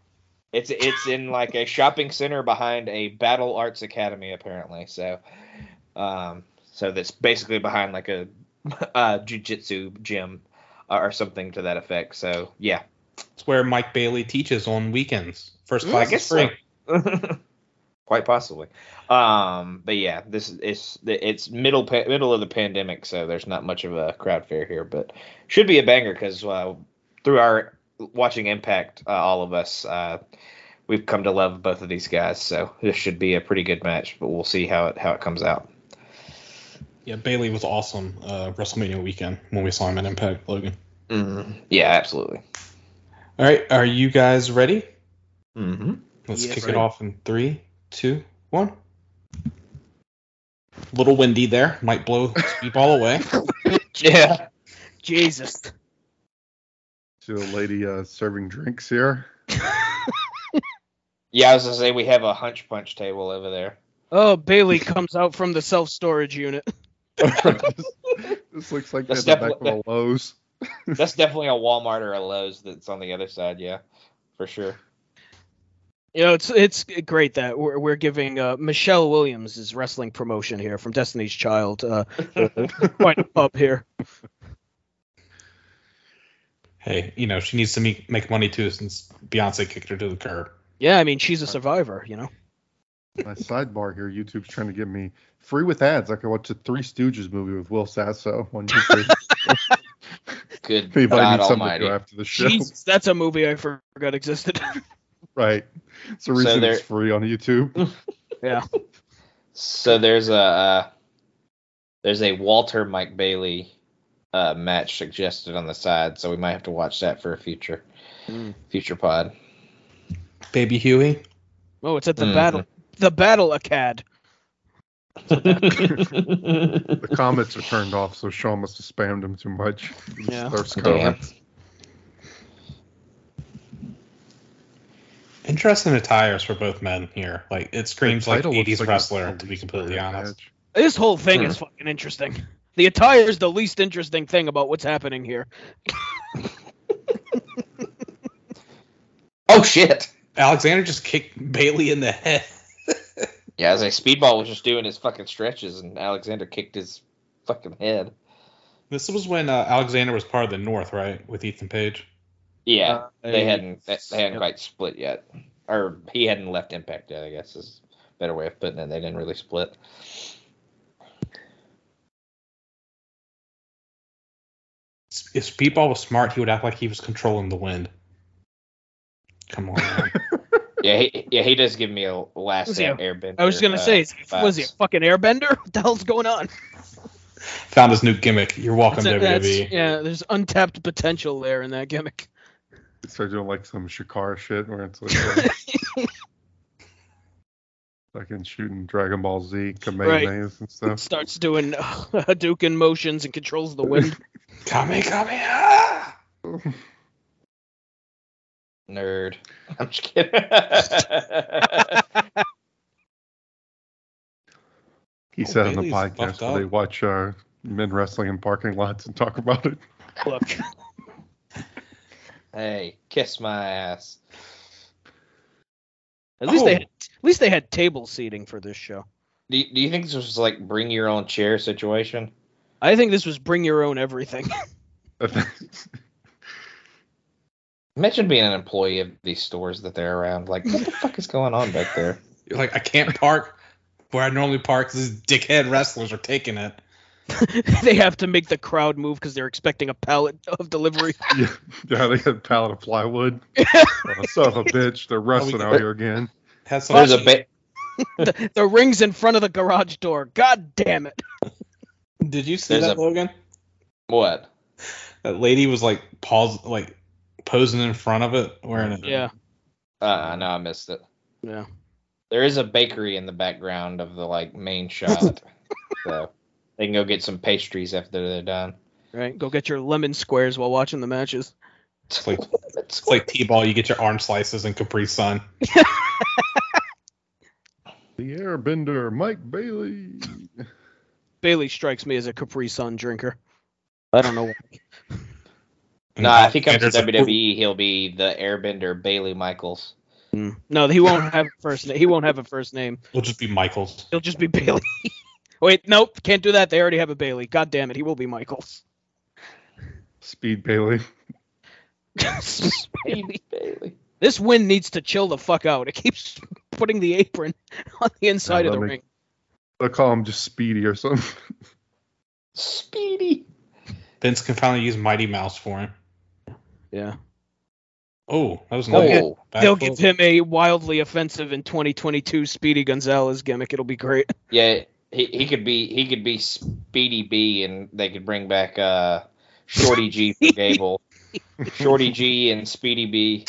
C: it's it's in like a shopping center behind a Battle Arts Academy apparently. So, um, so that's basically behind like a, uh jujitsu gym uh, or something to that effect. So yeah,
A: It's where Mike Bailey teaches on weekends. First
C: Mm, I
A: class is
C: guess
A: free.
C: so. quite possibly. Um, but yeah, this is it's middle pa- middle of the pandemic, so there's not much of a crowd fair here, but should be a banger because uh, through our watching Impact, uh, all of us, uh, we've come to love both of these guys. So this should be a pretty good match, but we'll see how it how it comes out.
A: Yeah, Bailey was awesome uh, WrestleMania weekend when we saw him at Impact, Logan.
C: Mm, yeah, absolutely.
A: All right, are you guys ready?
C: Mm-hmm.
A: Let's
D: Yes,
A: kick it
D: ready.
A: off in three, two, one. Little windy there, might blow speedball away.
C: Yeah.
D: Jesus.
B: See the lady uh, serving drinks here.
C: Yeah, I was gonna say we have a hunch punch table over there.
D: Oh, Bailey comes out from the self storage unit.
B: this, this looks like
C: That's
B: that's the back of
C: definitely-
B: a Lowe's.
C: That's definitely a Walmart or a Lowe's that's on the other side. Yeah, for sure.
D: You know, it's it's great that we're, we're giving uh, Michelle Williams' his wrestling promotion here from Destiny's Child. Uh, quite a pub here.
A: hey, you know she needs to make, make money too, since Beyonce kicked her to the curb.
D: Yeah, I mean, she's a survivor, you know.
B: My sidebar here, YouTube's trying to give me free with ads. I could watch the Three Stooges movie with Will Sasso on YouTube.
C: Good
B: if anybody
C: God
B: needs something to
C: Almighty.
B: do after the show,
D: Jesus, that's a movie I forgot existed.
B: right? It's the reason
C: there-
B: it's free on YouTube.
C: So there's a uh, there's a Walter Mike Bailey uh, match suggested on the side, so we might have to watch that for a future
D: Mm.
C: future pod.
A: Baby Huey,
D: oh, it's at the
C: Mhm.
D: battle. The Battle Acad.
B: the comments are turned off, so Sean must have spammed them too much.
D: Yeah.
B: Thirst
C: Damn.
B: comments.
A: interesting attires for both men here. Like it screams
B: The
A: like
B: title looks
A: 80s
B: like
A: wrestler,
B: it's
A: to be completely
B: a
A: honest.
B: match.
D: This whole thing
C: Hmm.
D: is fucking interesting. The attire is the least interesting thing about what's happening here.
C: oh shit!
A: Alexander just kicked Bailey in the head.
C: Yeah, as a speedball was just doing his fucking stretches, and Alexander kicked his fucking head.
A: This was when uh, Alexander was part of the North, right, with Ethan Page.
C: Yeah,
D: Uh,
C: they hadn't they they hadn't
D: yep.
C: quite split yet, or he hadn't left Impact yet. I guess is a better way of putting it. They didn't really split.
A: If Speedball was smart, he would act like he was controlling the wind. Come on. man.
C: Yeah, he, yeah, he does give me a last
D: Was he a-
C: airbender.
D: I was gonna
C: uh,
D: say, is- was he a
C: vibes.
D: fucking airbender? What the hell's going on?
A: Found his new gimmick. You're welcome,
D: That's- that's-
A: WWE.
D: yeah, there's untapped potential there in that gimmick.
B: They start doing like some Shakara shit where it's like uh, fucking shooting Dragon Ball Z Kamehamehas and stuff.
D: Starts doing uh, Hadouken motions and controls the wind.
A: Kame, Kame, ah!
C: Nerd. I'm just kidding.
B: He
A: Oh,
B: said on the
A: Bailey's
B: podcast
A: fucked
B: where they
A: up.
B: watch uh, men wrestling in parking lots and talk about it.
D: Look,
C: hey, kiss my ass.
D: at least they
A: Oh.
D: had, at least they had table seating for this show.
C: Do you, do you think this was like bring your own chair situation?
D: I think this was bring your own everything.
C: Imagine being an employee of these stores that they're around. Like, what the fuck is going on back there?
A: You're like, I can't park where I normally park 'cause these dickhead wrestlers are taking it.
D: they have to make the crowd move because they're expecting a pallet of delivery.
B: yeah, yeah, they got a pallet of plywood. oh, son of a bitch, they're wrestling
A: Oh, we-
B: out here again.
A: Has some
C: There's a ba-
D: the, the ring's in front of the garage door. God damn it!
A: Did you see
C: There's
A: that,
C: a-
A: Logan?
C: what?
A: That lady was like, pause, like posing in front of it, wearing it.
D: Yeah,
C: Uh, no, I missed it.
D: yeah.
C: There is a bakery in the background of the like main shot, so they can go get some pastries after they're done.
D: Right, go get your lemon squares while watching the matches.
A: It's like It's like T-ball. You get your arm slices and Capri Sun.
B: The Airbender, Mike Bailey.
D: Bailey strikes me as a Capri Sun drinker. I don't know.
C: no, nah, if he comes to E.
A: Alexander's a-
C: WWE, he'll be the Airbender Bailey Michaels.
D: Mm. No, he won't have a first name. He won't have a first name.
A: We'll just be Michaels.
D: He'll just be Bailey. Wait, nope, can't do that. They already have a Bailey. God damn it, he will be Michaels.
B: Speed Bailey.
C: Bailey Bailey.
D: this wind needs to chill the fuck out. It keeps putting the apron on the inside
B: Yeah,
D: of the
B: let me-
D: ring.
B: They'll call him just Speedy or something.
C: Speedy.
A: Vince can finally use Mighty Mouse for him.
D: Yeah.
A: Oh, that was
D: They'll
A: nice.
D: get-
C: Oh,
A: Back
D: They'll
A: full.
D: give him a wildly offensive in 2022 Speedy Gonzalez gimmick. It'll be great.
C: yeah, he, he could be he could be Speedy B, and they could bring back uh Shorty G for Gable, Shorty G and Speedy B.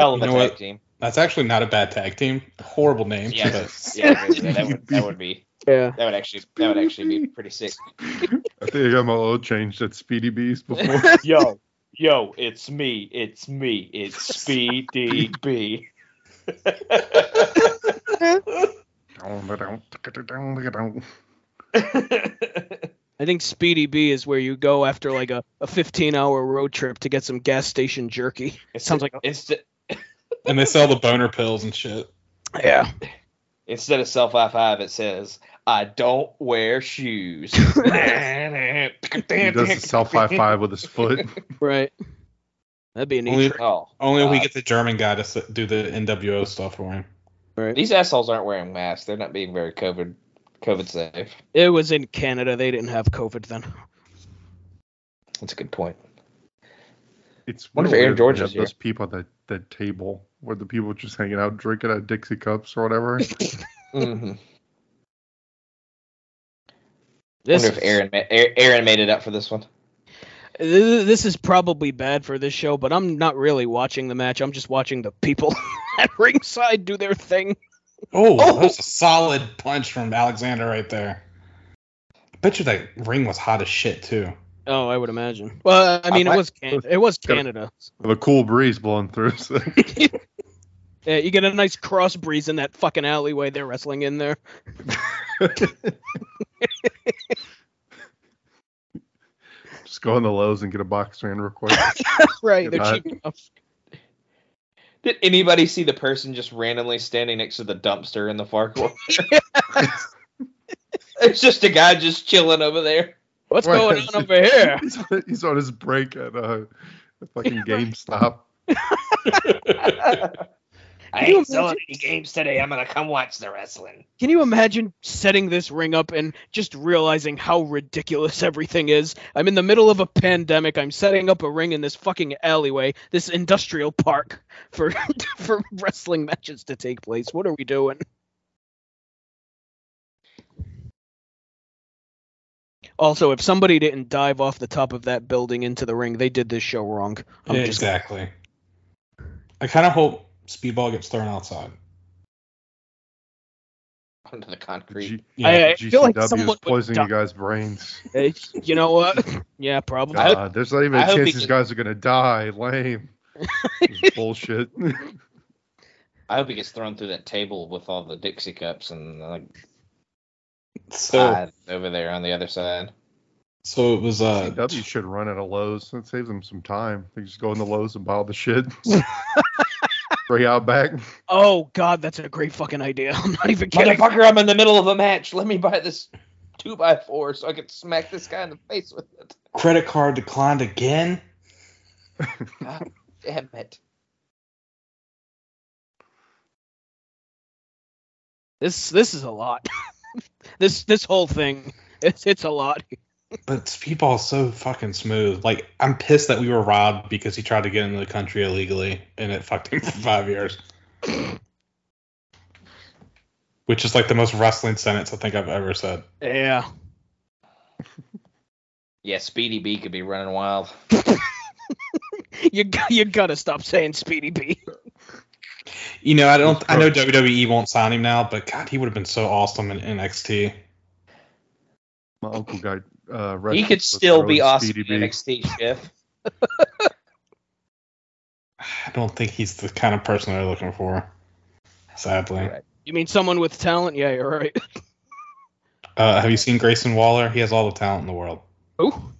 C: Hell of a
A: You know
C: tag
A: what?
C: team.
A: That's actually not a bad tag team. Horrible name.
C: Yeah,
A: but-
C: that's- yeah, yeah, that would that would be
D: Yeah.
C: that would actually that would actually be pretty sick.
B: I think I got my oil changed at Speedy Bees before.
C: Yo, yo, it's me, it's me, it's Speedy B.
D: I think Speedy B is where you go after like a, a 15 hour road trip to get some gas station jerky.
C: It
D: sounds like a-
C: instead
A: and they sell the boner pills and shit.
D: Yeah.
C: instead of self high five, it says I don't wear shoes.
B: he does the self high five with his foot.
D: Right. That'd be a neat
A: Only-
D: trick,
C: Oh,
A: Only if we
D: Uh,
C: God.
A: get the German guy to s- do the NWO stuff for him.
D: right?
C: These assholes aren't wearing masks. They're not being very COVID COVID safe.
D: It was in Canada. They didn't have COVID then.
C: That's a good point.
B: It's
C: Wonder if
B: real
C: Aaron
B: weird
C: George
B: when you
C: is
B: have Those people at that, that table where the people just hanging out drinking out of Dixie cups or whatever.
C: hmm
D: This
C: Wonder if
D: is-
C: Aaron ma- Aaron Aaron made it up for this one.
D: Th- This is probably bad for this show, but I'm not really watching the match. I'm just watching the people at ringside do their thing.
A: Oh, that
C: Oh!
A: was a solid punch from Alexander right there. I bet you that ring was hot as shit too.
D: Oh, I would imagine. Well, I mean,
C: might-
D: it was Can- it was Canada.
B: the cool breeze blowing through. So.
D: Yeah, you get a nice cross breeze in that fucking alleyway they're wrestling in there.
B: just go on the Lowe's and get a box fan real quick. they're
D: Right, they're
B: Right.
D: cheap enough.
C: Did anybody see the person just randomly standing next to the dumpster in the far corner? it's just a guy just chilling over there.
D: What's
B: Right.
D: going on over here?
B: he's, he's on his break at uh, a fucking GameStop.
C: I
D: you
C: ain't selling any games today. I'm gonna come watch the wrestling.
D: Can you imagine setting this ring up and just realizing how ridiculous everything is? I'm in the middle of a pandemic. I'm setting up a ring in this fucking alleyway, this industrial park for for wrestling matches to take place. What are we doing? Also, if somebody didn't dive off the top of that building into the ring, they did this show wrong. I'm
A: Yeah,
D: just
A: exactly. I kind of hope Speedball gets thrown outside.
C: Onto the concrete.
B: G-
A: Yeah.
D: I- uh, I feel like
B: GCW
D: someone
B: is
D: would
B: poisoning you
D: die.
B: guys' brains.
D: Eh, you know what? Yeah, probably.
C: I hope-
B: God, there's not even
C: I
B: a
C: hope
B: chance
C: he
B: these
C: can-
B: guys are gonna die. Lame. This is bullshit.
C: I hope he gets thrown through that table with all the Dixie cups and like
A: so,
C: eyes over there on the other side.
A: so it was uh,
B: CW should run at a Lowe's. That saves them some time. They just go in the Lowe's and buy all the shit. Straight out back.
D: Oh God, that's a great fucking idea. I'm not even kidding.
C: Motherfucker, I'm in the middle of a match. Let me buy this two by four so I can smack this guy in the face with it.
A: credit card declined again.
C: God damn it.
D: This this is a lot. this this whole thing, it's it's a lot.
A: But Speedball is so fucking smooth. Like I'm pissed that we were robbed because he tried to get into the country illegally and it fucked him for five years. Which is like the most wrestling sentence I think I've ever said.
D: Yeah.
C: Yeah, Speedy B could be running wild.
D: You got you gotta stop saying Speedy B.
A: You know, I don't. I know WWE won't sign him now, but God, he would have been so awesome in NXT.
B: My uncle got uh
C: He
B: wrestled
C: could
B: with
C: still be
B: throwing
C: awesome
B: Speedy
C: in
B: B.
C: NXT, Jeff.
A: I don't think he's the kind of person they're looking for. Sadly,
C: Right.
D: You mean someone with talent? Yeah, you're right.
A: uh, have you seen Grayson Waller? He has all the talent in the world.
D: Oh,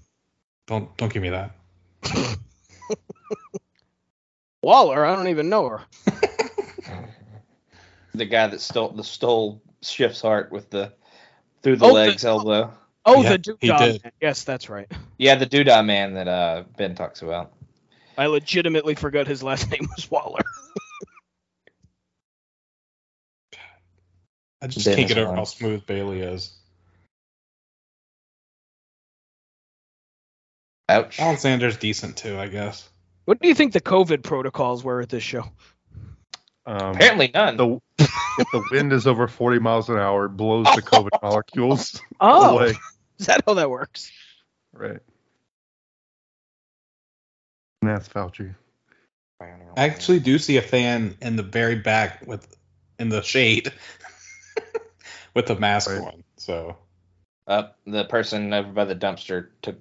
A: Don't don't give me that.
D: Waller. I don't even know her.
C: The guy that stole the stole Schiff's heart with the through the
D: Oh, the-
C: legs elbow.
D: Oh,
A: Yeah,
D: the
A: he
D: Doodah.
A: did.
D: Man. Yes, that's right.
C: Yeah, the doodah man that uh, Ben talks about.
D: I legitimately forgot his last name was Waller.
A: I just
C: Dennis
A: can't get over
C: Rodman.
A: how smooth Bailey is.
C: Ouch. Oh.
A: Alexander's decent too, I guess.
D: What do you think the COVID protocols were at this show?
B: Um,
C: Apparently none.
B: the, if the wind is over 40 miles an hour, it blows the COVID molecules
A: Oh,
C: Oh.
B: away.
D: Oh, is that how that works?
B: Right. And that's Fauci.
A: I actually do see a fan in the very back with in the shade with the mask
B: Right.
A: on. So
C: uh, the person over by the dumpster took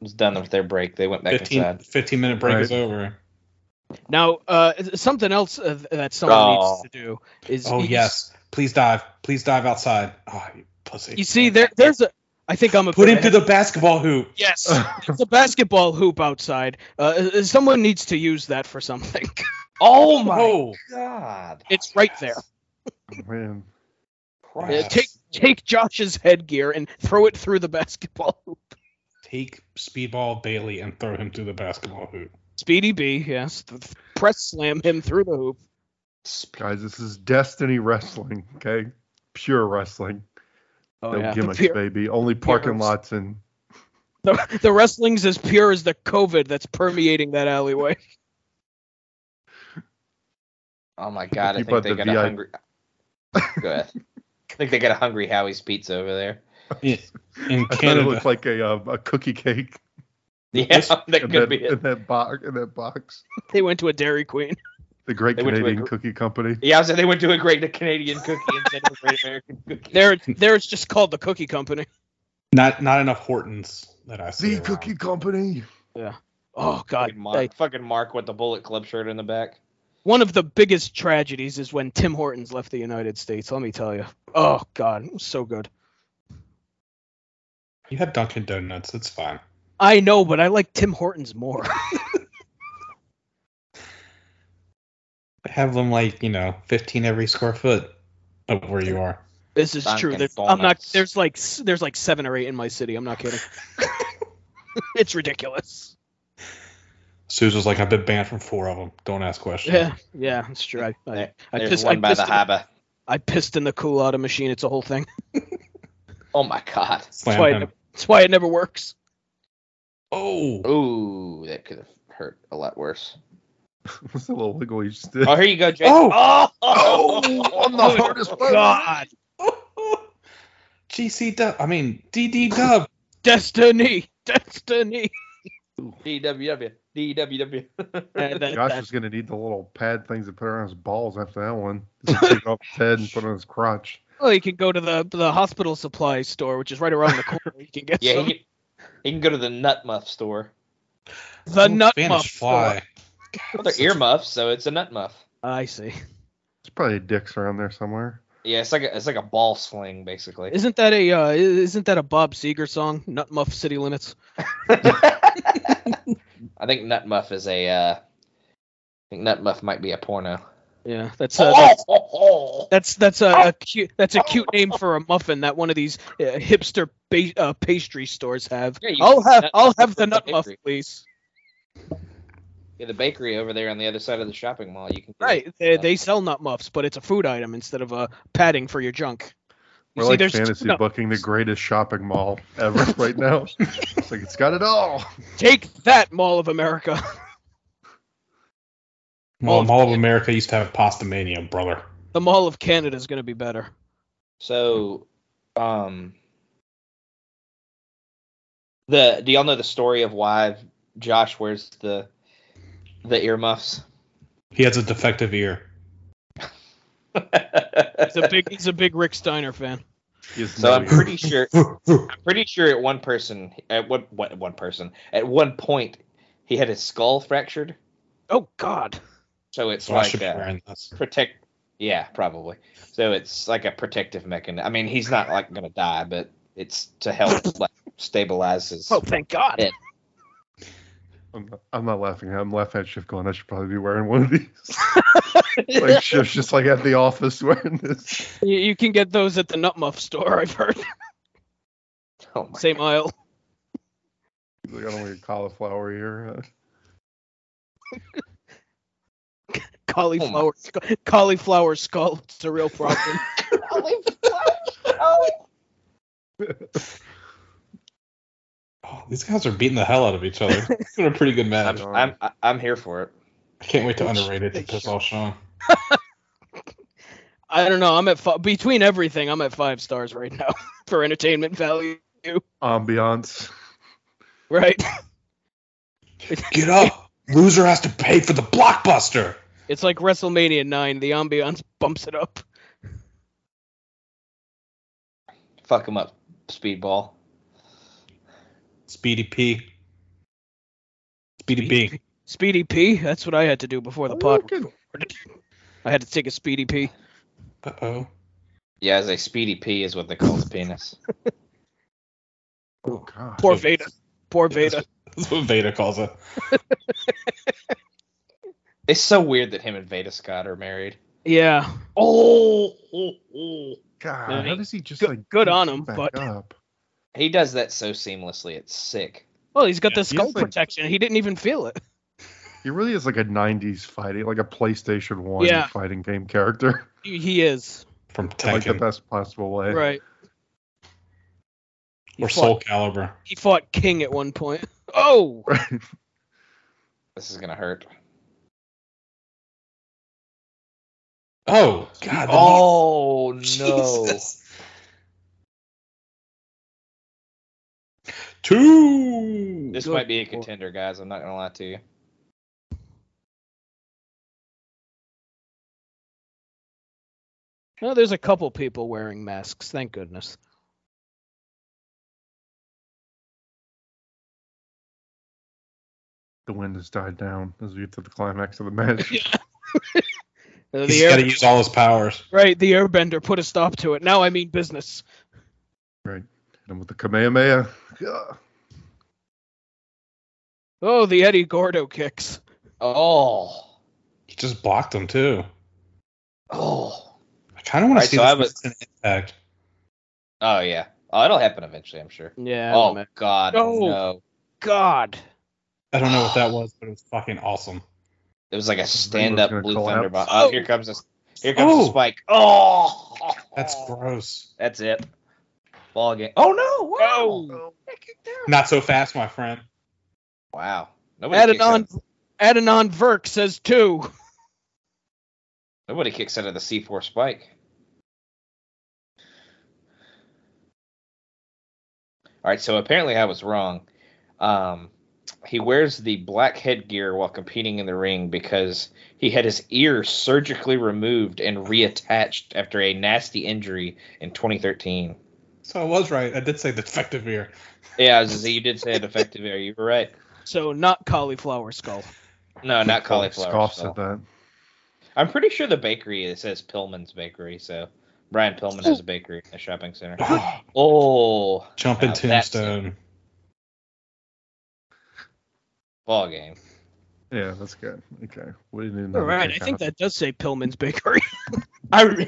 C: was done with their break. They went back
A: 15,
C: inside.
A: 15 minute break
B: Right.
A: is over.
D: Now, uh, something else uh, that someone
C: Oh.
D: needs to do is
A: Oh
D: you-
A: yes, please dive, please dive outside. Oh, you pussy.
D: You see, there, there's a. I think I'm a.
A: Put him to the basketball hoop.
D: Yes,
B: Oh,
D: it's a basketball hoop outside. Uh, uh, someone needs to use that for something.
C: Oh my
A: Oh,
C: god!
D: It's right there.
B: Man.
A: Yeah,
C: Christ.
D: take- Take Josh's headgear and throw it through the basketball hoop.
A: take Speedball Bailey and throw him through the basketball hoop.
D: Speedy B, yes. Th- th- Press slam him through the hoop.
B: Guys, this is Destiny Wrestling, okay? Pure wrestling.
D: Oh,
B: no
D: yeah. The,
B: gimmicks,
D: pure-
B: baby. Only parking
D: Pure-
B: lots and
D: the, the wrestling's as pure as the COVID that's permeating that alleyway.
C: Oh my god! I
B: Keep
C: think
B: up
C: they
B: the
C: got
B: VI.
C: a hungry. Go ahead. I think they got a hungry Howie's pizza over there.
A: In, in
B: I thought it
A: Canada,
B: looked like a uh, a cookie cake
C: Yeah,
A: This-
C: that
B: in
C: could
B: that,
C: be it.
B: in that box in that box.
D: They went to a Dairy Queen.
B: The Great
C: They went to a
B: Canadian
C: gr-
B: Cookie Company.
C: Yeah, I said they went to a great Canadian cookie instead of a great American cookie.
D: There, there it's just called the Cookie Company.
A: not not enough Hortons that I see.
B: The
A: around.
B: Cookie Company.
D: Oh God!
C: Fucking Mark,
D: Like,
C: fucking Mark with the Bullet Club shirt in the back.
D: one of the biggest tragedies is when Tim Hortons left the United States. Let me tell you. Oh God, it was so good.
A: You have Dunkin' Donuts. It's fine.
D: I know, but I like Tim Hortons more.
A: Have them like you know, fifteen every square foot of where you are.
D: This is true.
C: Dunkin'
D: There's, I'm not.
C: Donuts.
D: There's like s- there's like seven or eight in my city. I'm not kidding. it's ridiculous.
A: Susan's like, I've been banned from four of them. Don't ask questions.
D: Yeah, yeah, it's true. I, I, I
C: There's
D: pissed,
C: one
D: I
C: by the
D: pissed in,
C: harbor.
D: I pissed in the culotta machine. It's a whole thing.
C: Oh my god!
A: Slam
D: Twice.
A: him.
D: That's why it never works.
A: Oh,
C: Ooh, that could have hurt a lot worse.
B: What's a little wiggle you just did?
C: Oh, here you go, Jake.
A: Oh!
C: oh!
B: on the hardest part.
D: God,
A: GC Dub. I mean, DD Dub.
D: destiny, destiny.
C: DWW, DWW.
D: And that-
B: Josh
D: that-
B: is gonna need the little pad things to put around his balls after that one. Just take it off his head and put it on his crotch.
D: well, you can go to the the hospital supply store, which is right around the corner. You can get
C: yeah,
D: some.
C: he can, he can go to the nut muff store.
D: the
A: Oh,
D: nut
A: Spanish
D: muff
A: fly.
D: store.
C: Well, they're ear muffs, so it's a nut muff.
D: I see.
B: There's probably dicks around there somewhere.
C: Yeah, it's like a, it's like a ball sling basically.
D: Isn't that a uh, isn't that a Bob Seger song? Nut Muff City Limits.
C: I think nut muff is a. Uh, I think nut muff might be a porno. Oh,
D: Yeah, that's uh, that's- That's that's a, a cute that's a cute name for a muffin that one of these uh, hipster ba- uh, pastry stores have.
C: Yeah, you
D: I'll
C: can
D: have
C: nut
D: I'll
C: muff
D: have
C: with
D: the
C: the
D: nut muff,
C: bakery.
D: please.
C: yeah, the bakery over there on the other side of the shopping mall. You can get
D: Right, they,
C: Yeah.
D: they sell nut muffs, but it's a food item instead of a padding for your junk. You
B: We're
D: see,
B: like
D: there's two
B: fantasy
D: nut-
B: booking the greatest shopping mall ever right now. it's like it's got it all.
D: Take that, Mall of America.
A: Mall, Mall of America used to have Pasta Mania, brother.
D: The Mall of Canada is going to be better.
C: So, um, the do y'all know the story of why Josh wears the the earmuffs?
A: He has a defective ear.
D: He's a big he's a big Rick Steiner fan.
B: He has
C: so
B: no
C: I'm
B: ear.
C: pretty sure
A: oh,
C: I'm pretty sure at one person at one what one person at one point he had his skull fractured.
D: Oh God,
C: So it's
A: so I should
C: like
A: be
C: a
A: wearing this.
C: protect. Yeah, probably. So it's like a protective mechanism. I mean, he's not like gonna die, but it's to help like stabilize his.
D: oh thank God.
C: Yeah.
B: I'm not, I'm not laughing. I'm laughing at Shift going, I should probably be wearing one of these. like Shift's just like at the office wearing this.
D: You, you can get those at the nut muff store. I've heard
C: Oh my
D: same aisle.
B: He's like, I don't want your cauliflower ear. Uh,
D: Cauliflower cauliflower skull. It's a real problem.
C: Oh. Olive- Olive-
A: Oh, Oh, these guys are beating the hell out of each other. It's been a pretty good match.
B: Darn.
C: I'm I- I'm here for it.
A: I can't wait to underrate it to piss off Sean.
D: I don't know. I'm at fi- between everything. I'm at five stars right now for entertainment value.
B: uh, ambiance.
D: Right?
A: Get up! Loser has to pay for the blockbuster.
D: It's like WrestleMania nine. The ambiance bumps it up.
C: Fuck him up, Speedball.
A: Speedy P. Speedy B.
D: Speedy P. That's what I had to do before the pod.
B: Look at-
D: I had to take a Speedy P.
A: Uh oh.
C: Yeah, as a Speedy P is what they call the penis.
B: Oh god.
D: Poor Veda. Poor Veda.
A: That's what Veda calls it.
C: It's so weird that him and Veda Scott are married.
D: Yeah.
C: Oh, oh, oh.
B: God, how
D: Right.
B: does he just
D: Good-
B: like
D: good
B: keep
D: on him,
B: back
D: but-
B: up?
C: he does that so seamlessly. It's sick.
D: Well, he's got
A: Yeah,
D: the
B: he
D: skull
B: is like-
D: protection. He didn't even feel it.
B: he really is like a '90s fighting, like a PlayStation One
D: Yeah.
B: fighting game character,
D: He, he is.
A: From
B: in like the
A: Tekken
B: best possible way.
D: Right. He
A: or
D: fought,
A: Soul Calibur.
D: he fought King at one point. Oh,
B: Right.
C: This is gonna hurt.
A: Oh God. the
C: Oh
A: knee- Jesus. Two.
C: This
D: Good
C: might be a
D: lord.
C: contender, guys. I'm not gonna lie to you.
D: well, there's a couple people wearing masks. Thank goodness.
B: The wind has died down as we get to the climax of the match.
D: Uh,
A: He's
D: the air,
A: got to use all his powers.
D: right, the airbender put a stop to it. Now I mean business.
B: And with the Kamehameha, yeah.
D: Oh, the Eddie Gordo kicks.
C: Oh,
A: He just blocked them too.
C: oh,
A: I kind of want
C: Right,
A: to see
C: so I
A: this in impact.
C: oh yeah. Oh, it'll happen eventually, I'm sure.
D: Yeah.
C: Oh
D: man.
C: God,
D: No.
C: no!
D: God.
A: I don't know what that was, but it was fucking awesome.
C: It was like a
B: Rainbow's
C: stand-up
B: gonna
C: blue
B: collapse.
C: thunderbolt.
D: Oh.
C: Oh, here comes this. Here comes
A: Oh.
C: the spike. Oh,
A: That's gross.
C: That's it. Ball game. Oh no! Wow.
D: Oh.
C: That kicked out.
A: Not so fast, my friend.
C: Wow. Nobody kicks, out,
D: Adenon Adenon Verk says two.
C: nobody kicks out of the C4 spike. All right, so apparently I was wrong. Um, he wears the black headgear while competing in the ring because he had his ear surgically removed and reattached after a nasty injury in 2013.
A: So I was right. I did say defective ear.
C: Yeah, I was gonna say, you did say an effective ear. You were right.
D: So not cauliflower skull.
C: No, not cauliflower.
B: Scoffs
C: skull.
B: at that.
C: I'm pretty sure the bakery it says Pillman's Bakery, so Brian Pillman has a bakery in the shopping center. Oh,
A: Jumping
C: Now that's
A: tombstone.
C: ball game.
B: Yeah, that's good. Okay, we didn't even
D: All
B: know
D: right,
B: that
D: I
B: kick
D: think
B: out.
D: that does say Pillman's Bakery.
C: I really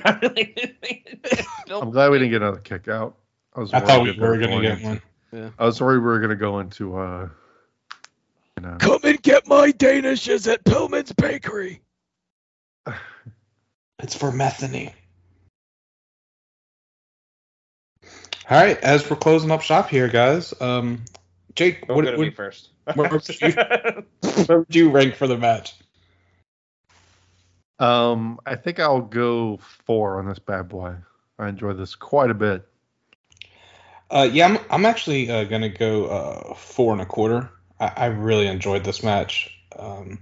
C: didn't think it
B: I'm glad we didn't get another kick out. I was
A: I thought we
B: worried that
A: were gonna
B: they going
A: get
B: into-
A: one.
B: I was worried we were gonna go into uh, you know,
D: Come and get my Danishes at Pillman's Bakery.
A: It's for metheny. All right, as we're closing up shop here, guys. Um, Jake,
C: Don't
A: what,
C: go to
A: what-
C: me first.
A: what would you, where would you rank for the match?
B: Um, I think I'll go four on this bad boy. I enjoy this quite a bit.
A: Uh, yeah, I'm, I'm actually uh, gonna go uh, four and a quarter. I, I really enjoyed this match. Um,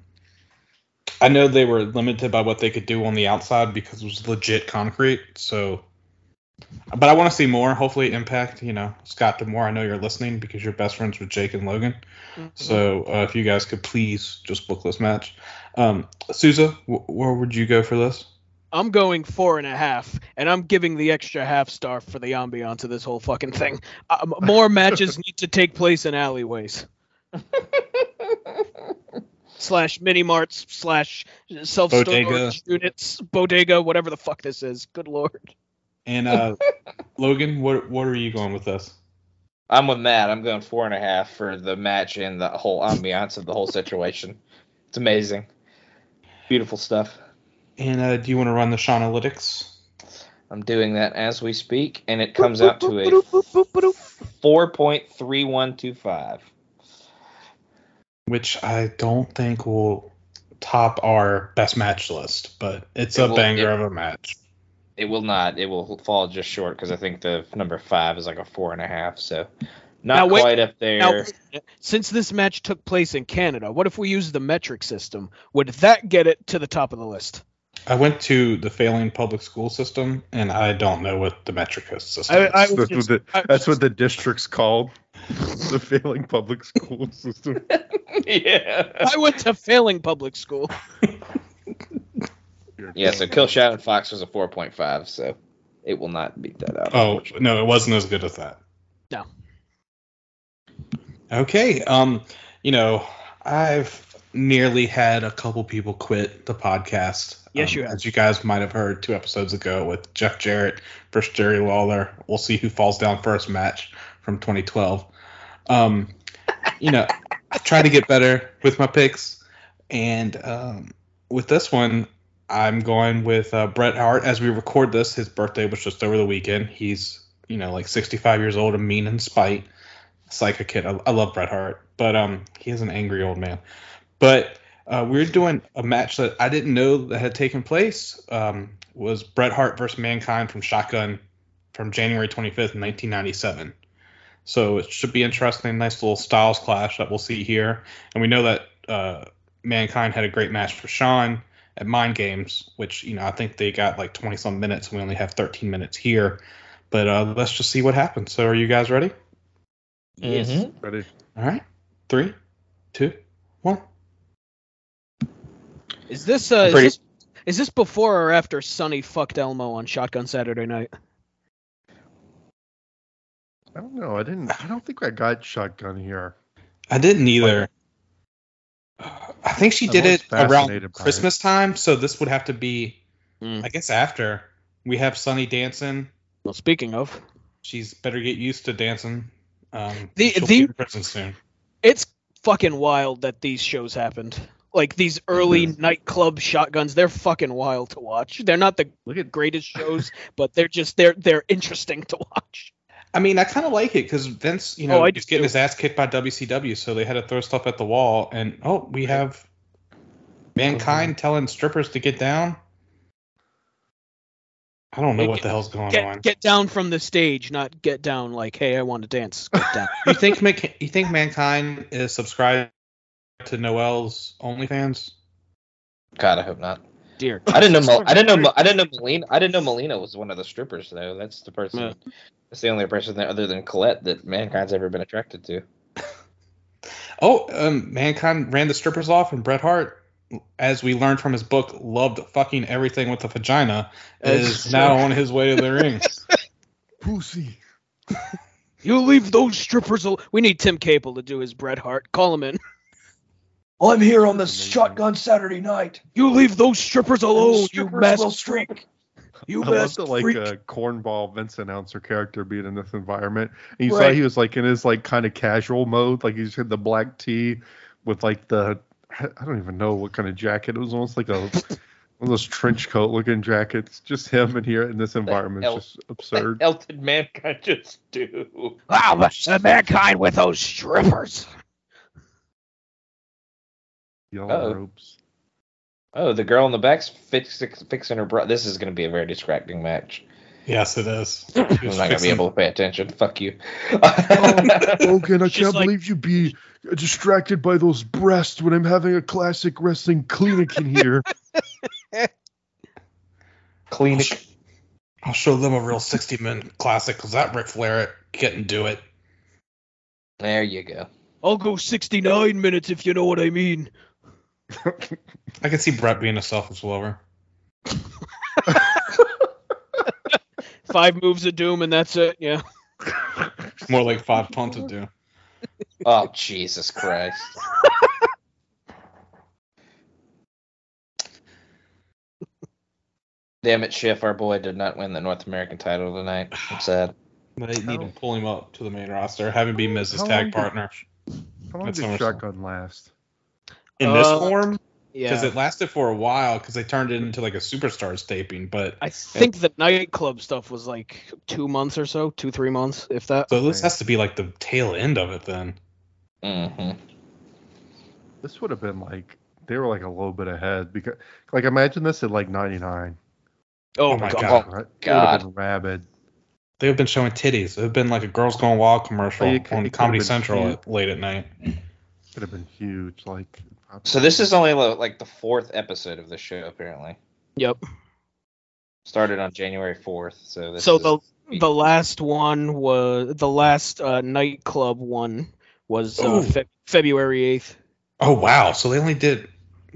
A: I know they were limited by what they could do on the outside because it was legit concrete. So, but I want to see more. Hopefully, Impact. You know, Scott Demore. I know you're listening because you're best friends with Jake and Logan. So, uh, if you guys could please just book this match. Um, Souza, wh- where would you go for this?
D: I'm going four and a half, and I'm giving the extra half star for the ambiance of this whole fucking thing. Uh, m- more matches need to take place in alleyways. slash mini marts, slash self
A: Bodega.
D: storage units, bodega, whatever the fuck this is. Good lord.
A: And uh, Logan, what what are you going with this?
C: I'm with Matt. I'm going four and a half for the match and the whole ambiance of the whole situation. It's amazing. Beautiful stuff.
A: And uh, do you want to run the Shaunalytics?
C: I'm doing that as we speak, and it comes out to a four point three one two five.
A: which I don't think will top our best match list, but it's
C: It
A: a
C: will-
A: banger
C: it-
A: of a match.
C: It will not. It will fall just short because I think the number five is like a four and a half, so not
D: Now, wait-
C: quite up there.
D: Now, since this match took place in Canada, what if we use the metric system? Would that get it to the top of the list?
A: I went to the failing public school system, and I don't know what the metric system
D: I-
A: is.
D: I-
B: That's,
D: just-
B: what the,
D: I-
B: that's what the district's called. the failing public school system.
C: yeah.
D: I went to failing public school.
C: Yeah. So Kill Shot and Fox was a four point five, so it will not beat that out.
A: Oh no, it wasn't as good as that.
D: No.
A: Okay. Um, you know, I've nearly had a couple people quit the podcast.
D: Yes,
A: Um,
D: you have.
A: As you guys might have heard two episodes ago with Jeff Jarrett versus Jerry Lawler. We'll see who falls down first match from 2012. Um, you know, I try to get better with my picks, and um, with this one, I'm going with uh, Bret Hart as we record this. His birthday was just over the weekend. He's, you know, like 65 years old and mean in spite. Psycho kid. I, I love Bret Hart, but um, he is an angry old man. But uh, we are doing a match that I didn't know that had taken place. Um, was Bret Hart versus Mankind from Shotgun from January 25th, 1997. So it should be interesting. Nice little styles clash that we'll see here. And we know that uh, Mankind had a great match for Sean at Mind Games, which you know I think they got like 20 some minutes. and We only have 13 minutes here, but uh, let's just see what happens. So, are you guys ready?
C: Yes.
B: Ready?
A: All right, three, two, one.
D: Is this uh, is
C: Pretty-
D: this, is this before or after Sonny fucked Elmo on Shotgun Saturday night?
B: I don't know. I didn't. I don't think I got shotgun here.
A: I didn't either. Uh, I think she
B: I'm
A: did
B: always
A: it around
B: fascinated by it.
A: Christmas time, so this would have to be,
D: Mm.
A: I guess, after we have Sunny dancing.
D: Well, speaking of,
A: She's better get used to dancing. Um,
D: The-
A: she'll
D: the-
A: be in prison soon.
D: it's fucking wild that these shows happened. Like these early
C: Mm-hmm.
D: nightclub shotguns, they're fucking wild to watch. They're not the
B: Look at
D: greatest shows, but they're just they're they're interesting to watch.
A: I mean, I kind of like it because Vince, you know,
D: Oh, I
A: he's
D: do
A: getting
D: too.
A: his ass kicked by WCW, so they had to throw stuff at the wall. And oh, we have mankind
D: Mm-hmm.
A: telling strippers to get down. I don't know what the hell's going on.
D: Get get down from the stage, not get down like, hey, I want to dance. Get down.
A: you think Mc- you think mankind is subscribed to Noel's OnlyFans?
C: God, I hope not.
D: Dear.
C: I didn't know. Mel- I didn't know. Mel- I didn't know Melina. I didn't know Melina was one of the strippers though. That's the person. That's the only person that, other than Colette that mankind's ever been attracted to.
A: Oh, um, mankind ran the strippers off, and Bret Hart, as we learned from his book, loved fucking everything with a vagina.
C: That's
A: is now
C: true.
A: on his way to the ring.
B: pussy.
D: You leave those strippers alone. We need Tim Cable to do his Bret Hart. Call him in.
E: I'm here on the
B: Amazing.
E: shotgun Saturday night.
D: You leave those strippers alone, Oh, you
E: strippers
D: mass
E: will
D: freak.
E: strip.
D: You
B: I love
D: mass
B: the like
D: freak.
B: uh, cornball Vince announcer character being in this environment. And you saw
D: Right.
B: he was like in his like kind of casual mode, like he just had the black tee with like the I don't even know what kind of jacket. It was almost like a one of those trench coat looking jackets. Just him and here in this environment,
C: hell- Oh.
B: just absurd.
C: What did mankind just do?
D: Wow, the, the mankind with those strippers.
B: Yellow
C: Uh-oh.
B: ropes.
C: Oh, the girl in the back's fix, fixing her bra. This is going to be a very distracting match.
A: yes, it is.
C: I'm not going to be able to pay attention. Fuck you. oh,
B: Logan, I
D: She's
B: can't
D: like-
B: believe you be distracted by those breasts when I'm having a classic wrestling clinic in here.
A: I'll sh- I'll show them a real 60 minute classic because that Ric Flair couldn't do it.
C: There you go.
D: I'll go 69 minutes if you know what I mean.
A: I can see Brett being a selfish lover.
D: Five moves of doom and that's it. Yeah.
A: More like five punts would do.
C: Oh, Jesus Christ. Damn it, Schiff, our boy did not win the North American title tonight. I'm sad.
A: They need to pull him up to the main roster, have him be Miz's
B: How long
A: tag
B: did-
A: partner.
B: How long
A: That's
B: did
A: awesome.
B: shotgun last?
A: In this
D: Uh,
A: form, because
D: Yeah.
A: it lasted for a while because they turned it into like a superstars taping. But
D: I think the nightclub stuff was like two months or so, two, three months, if that.
A: so this has to be like the tail end of it then.
C: hmm
B: This would have been like they were like a little bit ahead because like imagine this at like '99.
D: Oh,
A: my
D: my
A: God.
D: God.
B: right? It would
C: God.
B: have been rabid.
A: They've been showing titties. They've been like a Girls Gone Wild commercial
B: Oh, you could-
A: on
B: it could've
A: Comedy
B: been
A: Central
B: huge.
A: at, late at night.
B: Could have been huge. Like
C: So this is only lo- like the fourth episode of the show, apparently.
D: Yep.
C: Started on January fourth, so this
D: So
C: is,
D: the the last one was the last uh, nightclub one was
A: Ooh.
D: uh, Fe- February eighth.
A: Oh wow! So they only did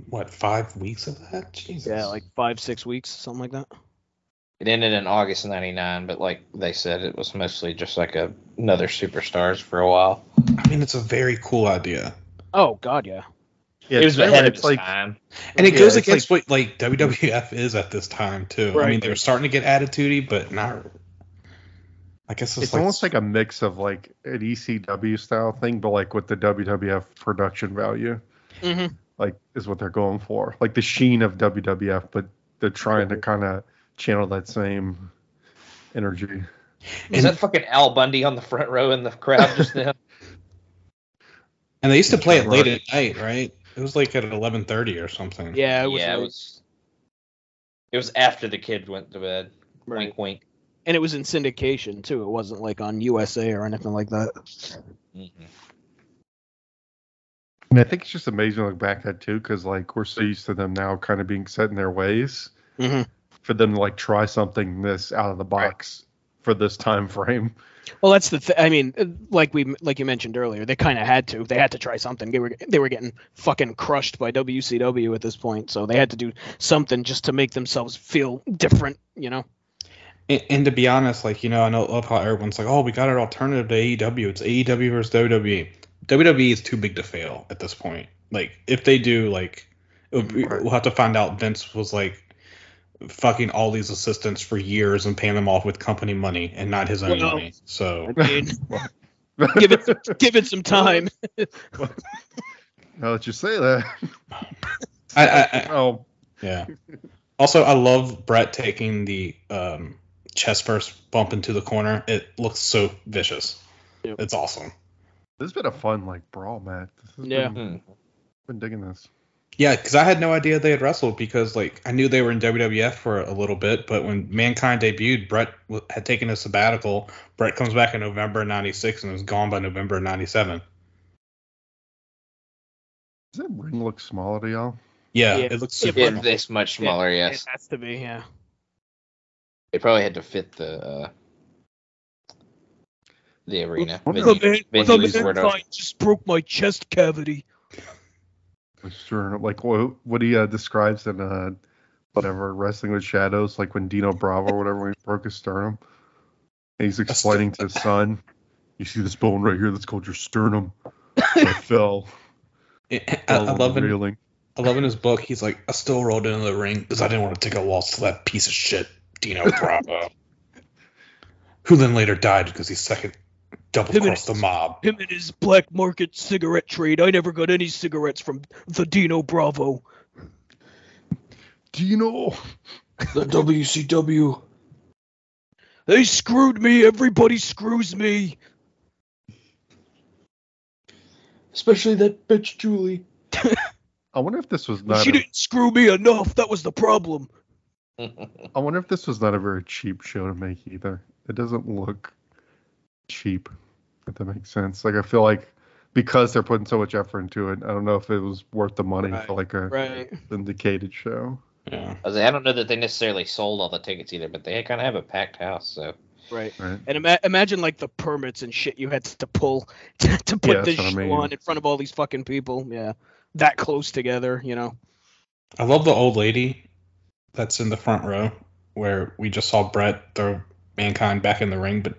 A: what five weeks of that? Jesus.
D: Yeah, like five six weeks, something like that.
C: it ended in August '99, but like they said, it was mostly just like a, another superstars for a while.
A: I mean, it's a very cool idea,
D: Oh God, yeah.
B: yeah,
C: it was
B: it's
C: ahead of
B: it's
C: its
B: like,
C: time.
A: and it
B: Yeah,
A: goes
B: it's
A: against what like WWF is at this time too. I mean,
D: Right.
A: they were starting to get attitudey, but not. I guess it's,
B: It's almost like a mix of like an ECW style thing, but like with the WWF production value,
D: Mm-hmm.
B: like is what they're going for. Like the sheen of WWF, but they're trying to kind of channel that same energy.
C: Is that fucking Al Bundy on the front row in the crowd just now?
A: and they used to play it late
B: Right.
A: at night, right? It was like at eleven thirty or something.
D: Yeah, it was,
C: yeah, it
D: late.
C: was. It was after the kid went to bed.
D: Right.
C: Wink, wink.
D: and it was in syndication too. It wasn't like on USA or anything like that.
C: Mhm.
B: And I think it's just amazing to look back at too, because like we're so used to them now kind of being set in their ways.
D: Mhm.
B: For them to like try something this out of the box for this time frame.
D: Well, that's the. Th- I mean, uh, like we like you mentioned earlier, they kind of had to. They had to try something. They were they were getting fucking crushed by WCW at this point, so they had to do something just to make themselves feel different. You know.
A: And, and to be honest, like you know, I know love how everyone's like, "Oh, we got an alternative to AEW. It's AEW versus E. WWE." WWE is too big to fail at this point. Like, if they do, like, it would be-
B: Right.
A: we'll have to find out. Vince was like fucking all these assistants for years and paying them off with company money and not his own
D: Well,
A: money. So,
D: I mean, give it give it some time.
B: now that you say that,
A: I, I, I
B: oh,
A: yeah. Also, I love Brett taking the um, chest first bump into the corner. It looks so vicious.
D: Yep.
A: It's awesome.
B: this has been a fun like brawl match. This has
D: Yeah.
B: been,
C: Hmm.
B: been digging this.
A: Yeah, because I had no idea they had wrestled because like I knew they were in WWF for a little bit, but when Mankind debuted, Brett w- had taken a sabbatical. Brett comes back in November '96 and was gone by November '97.
B: Does that ring look smaller to y'all?
A: Yeah,
D: Yeah.
A: it looks super.
D: Yeah,
A: normal.
C: It, it's much smaller, yes.
D: It has to be, yeah.
C: They probably had to fit the uh, the arena.
B: What
C: venue. Venue is where the-
D: just broke my chest cavity.
B: It's true. Like what, what he uh, describes in uh, whatever Wrestling with Shadows, like when Dino Bravo or whatever when he broke his sternum. And he's explaining to his son, "You see this bone right here? That's called your sternum." I fell.
A: I, I
B: fell on
A: love
B: the
A: in,
B: railing.
A: I love in his book. He's like, I still rolled into the ring because I didn't want to take a loss to that piece of shit Dino Bravo, who then later died because he second double crossed the mob.
D: Him and his black market cigarette trade. I never got any cigarettes from the Dino Bravo.
B: Dino.
E: The WCW.
D: They screwed me. Everybody screws me.
E: Especially that bitch Julie.
B: I wonder if this was
D: But
B: not.
D: she
B: A,
D: didn't screw me enough. That was the problem.
B: I wonder if this was not a very cheap show to make either. It doesn't look cheap. If that makes sense. Like I feel like because they're putting so much effort into it, I don't know if it was worth the money for like a
D: Right.
B: syndicated show.
A: Yeah.
C: I was like, I don't know that they necessarily sold all the tickets either, but they kind of have a packed house, so
D: Right.
B: Right.
D: And ima- imagine like the permits and shit you had to pull to, to
B: Yeah,
D: put
B: that's
D: this
B: what I
D: show
B: mean.
D: on in front of all these fucking people. Yeah. That close together, you know.
A: I love the old lady that's in the front row where we just saw Brett throw mankind back in the ring, but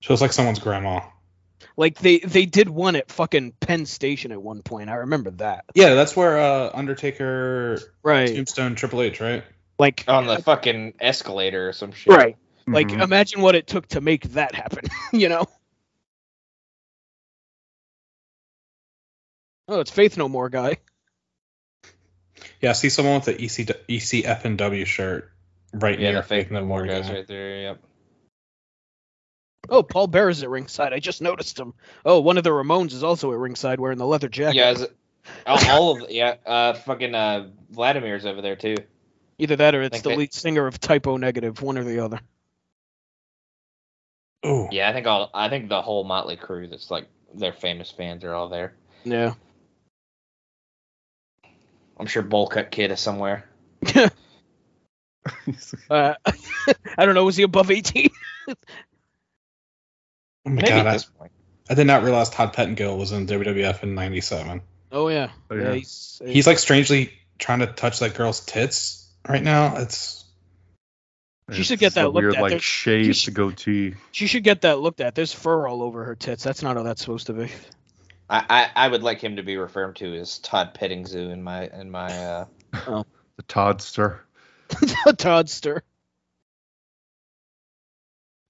A: she was like someone's grandma.
D: Like they they did one at fucking Penn Station at one point. I remember that.
A: Yeah, that's where uh, Undertaker,
D: Right.
A: Tombstone, Triple H, right?
D: Like
C: on the fucking escalator or some shit.
D: Like
B: Mhm.
D: imagine what it took to make that happen, you know? Oh, it's Faith No More guy.
A: Yeah, I see someone with E the EC, ECF and W shirt right
C: Yeah,
A: near
C: the
A: Faith
C: fake
A: No More.
C: guys
A: guy.
C: right there. Yep.
D: Oh, Paul Bear is at ringside. I just noticed him. Oh, one of the Ramones is also at ringside wearing the leather jacket.
C: Yeah, is it, all, all of yeah. Uh, fucking uh, Vladimir's over there too.
D: Either that or it's
C: Like
D: the
C: they-
D: lead singer of Typo Negative, one or the other.
A: Ooh.
C: Yeah, I think all I think the whole Motley crew that's like their famous fans are all there.
D: Yeah.
C: I'm sure Bullcut Kid is somewhere.
B: Mm-hmm.
D: Uh, I don't know. Was he above 18?
A: Oh my
C: Maybe
A: god,
C: at
A: I,
C: this point.
A: I did not realize Todd Pettengill was in WWF in '97.
D: Oh, yeah.
B: Oh, yeah.
D: he's,
A: He's like strangely trying to touch that girl's tits right now. It's
D: She should get
B: It's the
D: that looked
B: weird
D: at.
B: like
D: There's-
B: shaved
D: should-
B: goatee.
D: she should get that looked at. There's fur all over her tits. That's not how that's supposed to be.
C: I, I I would like him to be referred to as Todd Pettingzoo in my in my uh
B: The Toddster.
D: Toddster.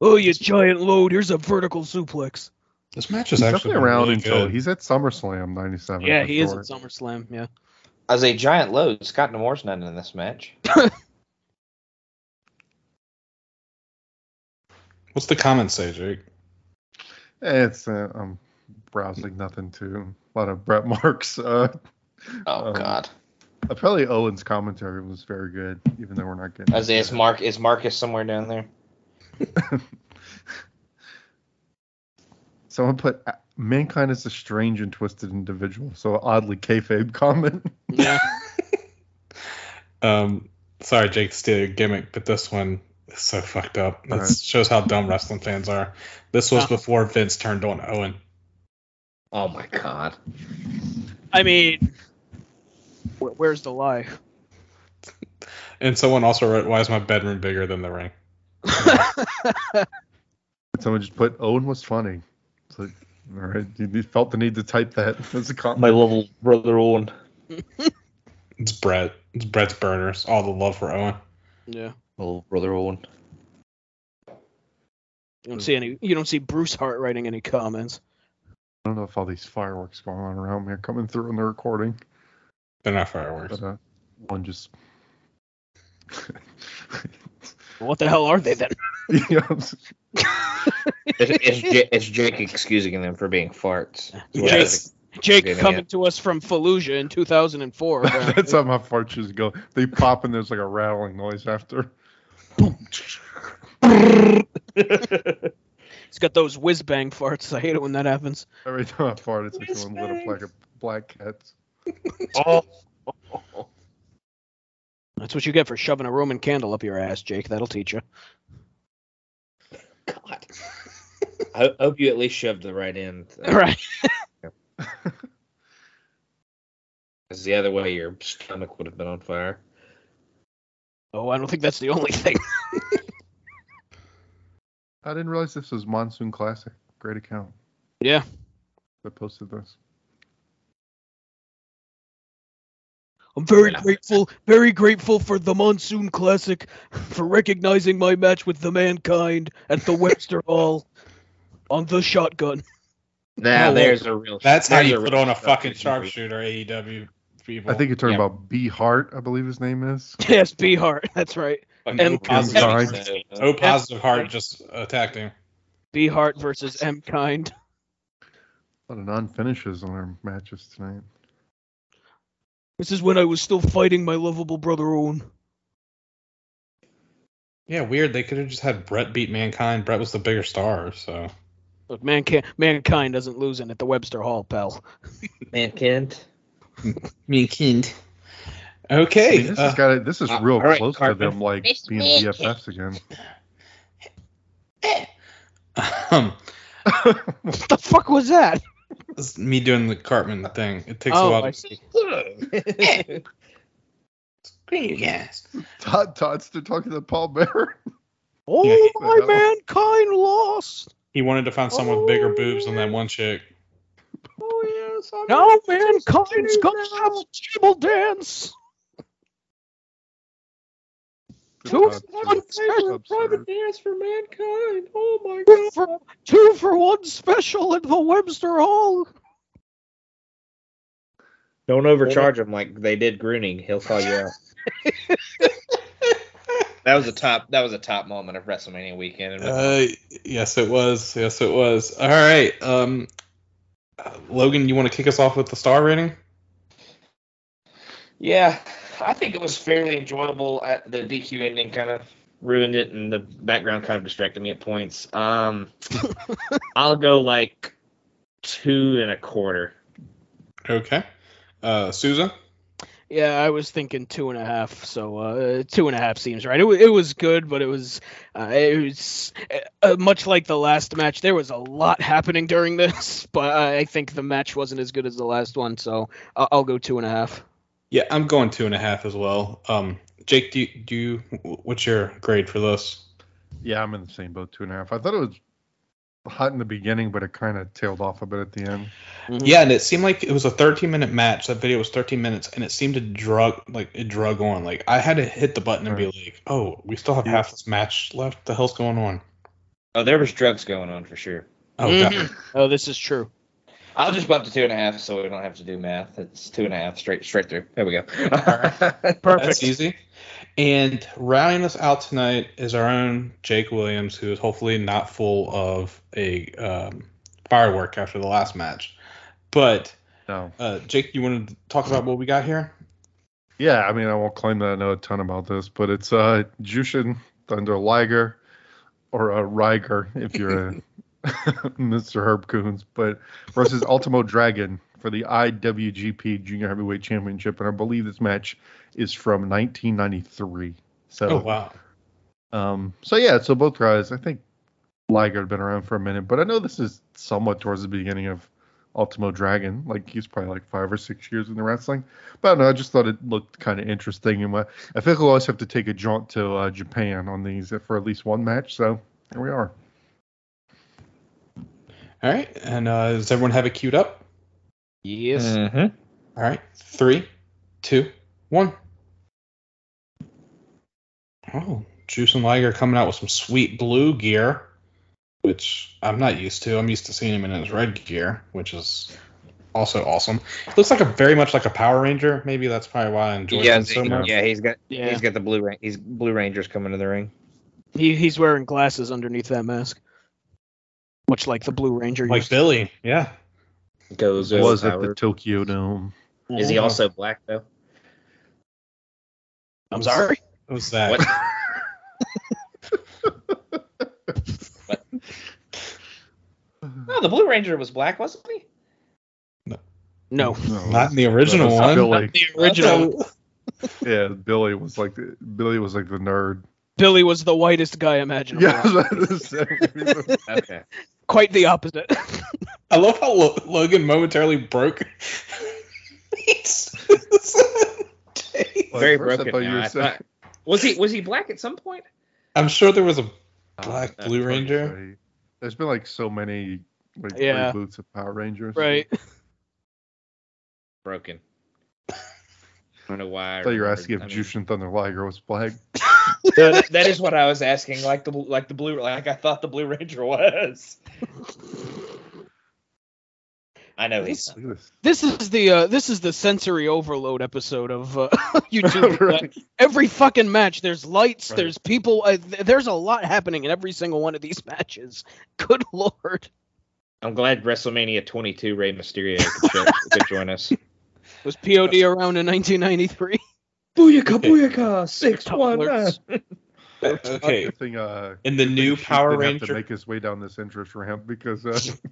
D: Oh, you giant load. Here's a vertical suplex.
A: this match is
B: He's
A: actually
B: definitely around
A: really
B: until
A: good.
B: he's at SummerSlam '97.
D: Yeah,
B: for
D: he
B: sure.
D: is at SummerSlam. Yeah.
C: as a giant load. Scott Nemore's not in this match.
A: What's the comment say, Jake?
B: It's uh, I'm browsing nothing too. A lot of Brett Marks. Uh,
C: Oh
B: Um,
C: God,
B: apparently Owen's commentary was very good, even though we're not getting.
C: Isaiah is Mark is Marcus somewhere down there.
B: Someone put uh, mankind is a strange and twisted individual. So oddly kayfabe comment.
D: Yeah.
A: Um, sorry, Jake, to steal your gimmick, but this one is so fucked up. That
B: Alright.
A: shows how dumb wrestling fans are. This was
D: Ah.
A: before Vince turned on Owen.
C: Oh my God.
D: I mean, wh- where's the lie?
A: And someone also wrote, "Why is my bedroom bigger than the ring?"
B: Someone just put Owen was funny. It's like, all right, you you felt the need to type that as a comment.
C: little brother Owen.
A: It's Brett. It's Brett's burners. All the love for Owen.
D: yeah.
C: Little brother Owen.
D: You don't see any. You don't see Bruce Hart writing any comments.
B: I don't know if all these fireworks going on around me are coming through in the recording,
A: They're not fireworks.
B: but uh, one just.
D: What the hell are they then?
B: yeah, I'm s-
C: It's, it's, J- it's Jake excusing them for being farts.
A: Yes.
D: Jake
C: Getting
D: coming
C: it.
D: to us from Fallujah in 2004. apparently.
B: that's how my fortunes go. They pop and there's like a rattling noise after.
D: He's got those whiz bang farts. I hate it when that happens.
B: Every time I fart, it's like someone lit up like a black cat.
C: Oh.
D: That's what you get for shoving a Roman candle up your ass, Jake. That'll teach you.
C: God. I hope you at least shoved the right end. uh,
D: Right.
C: Because the other way, your stomach would have been on fire.
D: Oh, I don't think that's the only thing.
B: I didn't realize this was Monsoon Classic. Great account
D: Yeah.
B: that posted this.
D: I'm very
C: Yeah.
D: grateful, very grateful for the Monsoon Classic for recognizing my match with the Mankind at the Webster Hall on the shotgun.
C: Now
A: Oh, well,
C: there's a real.
A: That's how
C: there's
A: you
C: a
A: put
C: real
A: on a fucking
C: sharpshooter.
A: sharpshooter, AEW people.
B: I think you're talking
C: Yeah.
B: about B Hart, I believe his name is.
D: Yes, B Hart. That's right.
A: Fucking
D: and-
A: O positive
B: and-
A: heart-
C: Uh,
A: O positive heart just attacked him.
D: B Hart versus M Kind.
B: A lot of non finishes on our matches tonight.
D: This is when I was still fighting my lovable brother Owen.
A: Yeah, weird. They could have just had Brett beat Mankind. Brett was the bigger star, so
D: Look, mankind, mankind doesn't lose in at the Webster Hall, pal.
C: Mankind.
A: Mankind.
B: I
A: Okay.
B: mean, this
A: uh,
B: is got this is
C: uh,
B: real
C: all right,
B: close to
C: Cartman.
B: them like
C: It's
B: being
C: me.
B: BFFs again.
A: um,
D: What the fuck was that?
A: this is me doing the Cartman thing. It takes
D: Oh,
A: a while.
D: I
A: to
D: see.
A: screen you guys.
B: Todd Toddster talking to Paul Bear.
D: Oh,
A: Yeah, he-
D: my mankind lost.
A: He wanted to find someone with bigger boobs than that one chick.
B: Oh yes, I'm
D: Now mankind's gonna have a table dance. Two for one special.
C: dance for mankind. Oh my
D: Two for, two for one special at the Webster Hall.
C: Don't overcharge him like they did Groening. He'll call you out. that was a top. That was a top moment of WrestleMania weekend. And
A: Uh, yes, it was. Yes, it was. All right. Um, uh, Logan, you want to kick us off with the star rating?
C: Yeah, I think it was fairly enjoyable. I, the DQ ending kind of ruined it, and the background kind of distracted me at points. Um, I'll go like two and a quarter.
A: Okay. Uh, Susan.
D: Yeah, I was thinking two and a half. So uh, two and a half seems right. It, wa- it was good, but it was uh, it was uh, much like the last match. There was a lot happening during this, but I I think the match wasn't as good as the last one. So I- I'll go two and a half.
A: Yeah, I'm going two and a half as well. Um, Jake, do you, do you, what's your grade for this?
B: Yeah, I'm in the same boat. Two and a half. I thought it was hot in the beginning, but it kind of tailed off a bit at the end.
A: Yeah, and it seemed like it was a 13 minute match. That video was 13 minutes, and it seemed to drug like it drug on. Like I had to hit the button and be like, "Oh, we still have half this match left. The hell's going on?"
C: Oh, there was drugs going on for sure.
A: Oh
D: Mhm.
A: god.
D: Oh, this is true.
C: I'll just bump to two and a half, so we don't have to do math. It's two and a half straight, straight through. There we go.
A: That's easy. And rounding us out tonight is our own Jake Williams, who is hopefully not full of a um, firework after the last match. But
B: No.
A: uh, Jake, you wanted to talk about what we got here?
B: Yeah, I mean, I won't claim that I know a ton about this, but it's uh, Jushin Thunder Liger, or a uh, Riger if you're a Mr. Herb Coons, but versus Ultimo Dragon for the IWGP Junior Heavyweight Championship, and I believe this match is from 1993. So,
A: Oh wow.
B: um, so yeah, so both guys, I think Liger had been around for a minute, but I know this is somewhat towards the beginning of Ultimo Dragon. Like he's probably like five or six years in the wrestling. But I don't know, I just thought it looked kind of interesting, and uh, I think we'll always have to take a jaunt to uh, Japan on these for at least one match. So here we are.
A: All right. And uh, does everyone have it queued up?
D: Yes.
A: Mm.
C: Mhm.
B: Mm-hmm.
A: All right, three, two, one. Oh, Juice and Liger coming out with some sweet blue gear, which I'm not used to. I'm used to seeing him in his red gear, which is also awesome. looks like a very much like a Power Ranger. Maybe that's probably why I enjoy
C: Yeah,
A: him so
C: they-
A: much.
C: yeah, he's got
D: Yeah.
C: he's got the blue Ran- he's Blue Rangers coming to the ring.
D: He he's wearing glasses underneath that mask, much like the Blue Ranger.
A: Like
D: used-
A: Billy, yeah.
C: Goes
B: was at the Tokyo Dome.
C: Is
A: Oh,
C: he also black though?
D: I'm sorry.
A: What was that?
C: What? No, the Blue Ranger was black, wasn't he?
D: No.
B: No,
A: Not in the
B: that
A: original
B: was
A: one.
B: Billy.
D: The original
B: Yeah, Billy was like the, Billy was like the nerd.
D: Billy was the whitest guy imaginable.
B: Yeah, I was about to say,
C: Okay.
D: Quite the opposite.
A: I love how Lo- Logan momentarily broke. It's-
C: Very
B: first I
C: broken
B: thought you
C: now,
B: were
C: I
B: saying-
C: thought- Was he was he black at some point?
A: I'm sure there was a
C: Uh,
A: Black
C: that's
A: Blue
B: It's hard to
A: Ranger.
B: say. There's been like so many like
D: Yeah.
B: reboots of Power Rangers.
D: right.
C: Broken. I don't know why.
B: I thought you were
C: remembered-
B: asking if
C: I mean-
B: Jushin Thunder Liger was black.
C: that that is what I was asking. Like the like the blue like I thought the Blue Ranger was. I know he's
B: Look at this.
D: This is the uh, this is the sensory overload episode of uh, YouTube.
B: Right.
D: Every fucking match, there's lights,
B: Right.
D: there's people, uh, th- there's a lot happening in every single one of these matches. Good lord,
C: I'm glad WrestleMania 22 Rey Mysterio could, jo- could join us.
D: was POD around in 1993?
C: Booyaka
A: Okay.
C: booyaka six
D: one, nine.
E: uh,
A: Okay.
B: Good thing, uh,
A: In the new
B: Jushin
A: Power
B: didn't have
A: Ranger.
B: to make his way down this interest ramp because uh,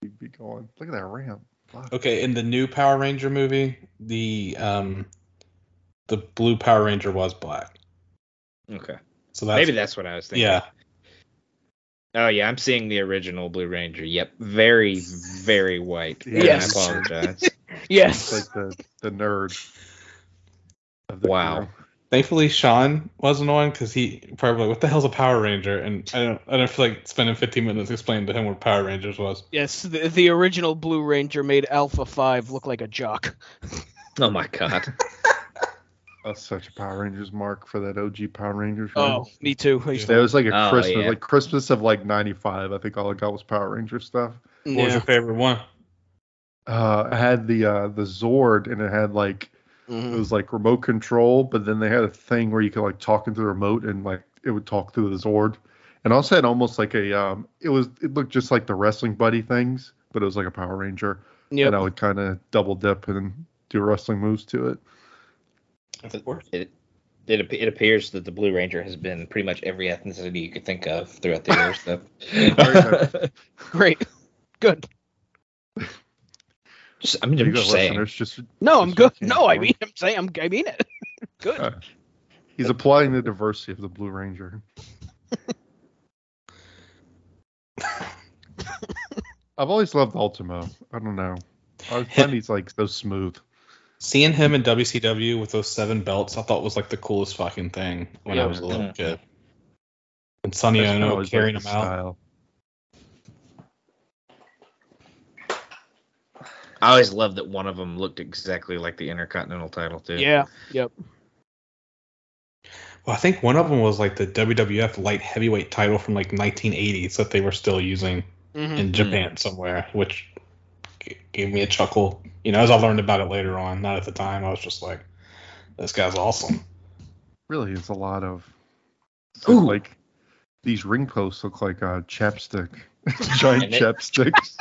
B: he'd be going. Look at that ramp. Fuck.
A: Okay, in the new Power Ranger movie, the um the blue Power Ranger was black.
C: Okay,
A: So that's
C: maybe that's what I was thinking.
A: yeah.
C: Oh yeah, I'm seeing the original Blue Ranger. Yep, very very white.
B: Yeah.
D: Yes.
C: I apologize.
D: Yes.
B: It's like the the nerd. Of
C: Wow.
B: crew.
A: Thankfully Sean wasn't on because he probably like, what the hell's a Power Ranger? And I don't I don't feel like spending fifteen minutes explaining to him what Power Rangers was.
D: Yes, the, the original Blue Ranger made Alpha 5 look like a jock.
C: Oh my god.
B: That's Oh, such a Power Rangers mark for that OG Power Rangers.
D: Oh, me too. I used to-
B: That was like a
C: Oh,
B: Christmas,
C: yeah.
B: like Christmas of like '95. I think all I got was Power Ranger stuff.
A: What was
D: Yeah.
A: your favorite one?
B: uh, had the uh, the Zord, and it had like it
D: Mhm.
B: was like remote control, but then they had a thing where you could like talk into the remote and like it would talk through the Zord. And also had almost like a um it was it looked just like the wrestling buddy things, but it was like a Power Ranger.
D: Yep.
B: And I would kind of double dip and do wrestling moves to it.
A: Of course.
C: It, it, ap- it appears that the Blue Ranger has been pretty much every ethnicity you could think of throughout the years. So.
D: Great. Good.
C: just, I mean,
B: There
C: I'm
B: you go,
C: just saying.
B: listeners. Just
D: No, I'm
B: Just
D: good.
B: looking
D: No, I
B: for-
D: mean, I'm saying, I'm, I mean it. Good.
B: Uh, he's applying the diversity of the Blue Ranger. I've always loved Ultimo. I don't know. I find he's like so smooth.
A: Seeing him in WCW with those seven belts, I thought was like the coolest fucking thing when I
B: Yeah.
A: was a
C: Mm-hmm.
A: little kid. And Sonny
B: That's kinda
A: Ono
B: always
A: carrying
B: liked
A: him
B: his
A: out.
B: style.
C: I always loved that one of them looked exactly like the Intercontinental title too.
D: Yeah. Yep.
A: Well, I think one of them was like the WWF light heavyweight title from like 1980s that they were still using
D: Mhm.
C: Mm-hmm.
A: in Japan somewhere, which g- gave me a chuckle. You know, as I learned about it later on, not at the time, I was just like, "This guy's awesome."
B: Really, it's a lot of
C: Ooh.
B: like these ring posts look like uh, chapstick, giant
C: And it-
B: chapsticks.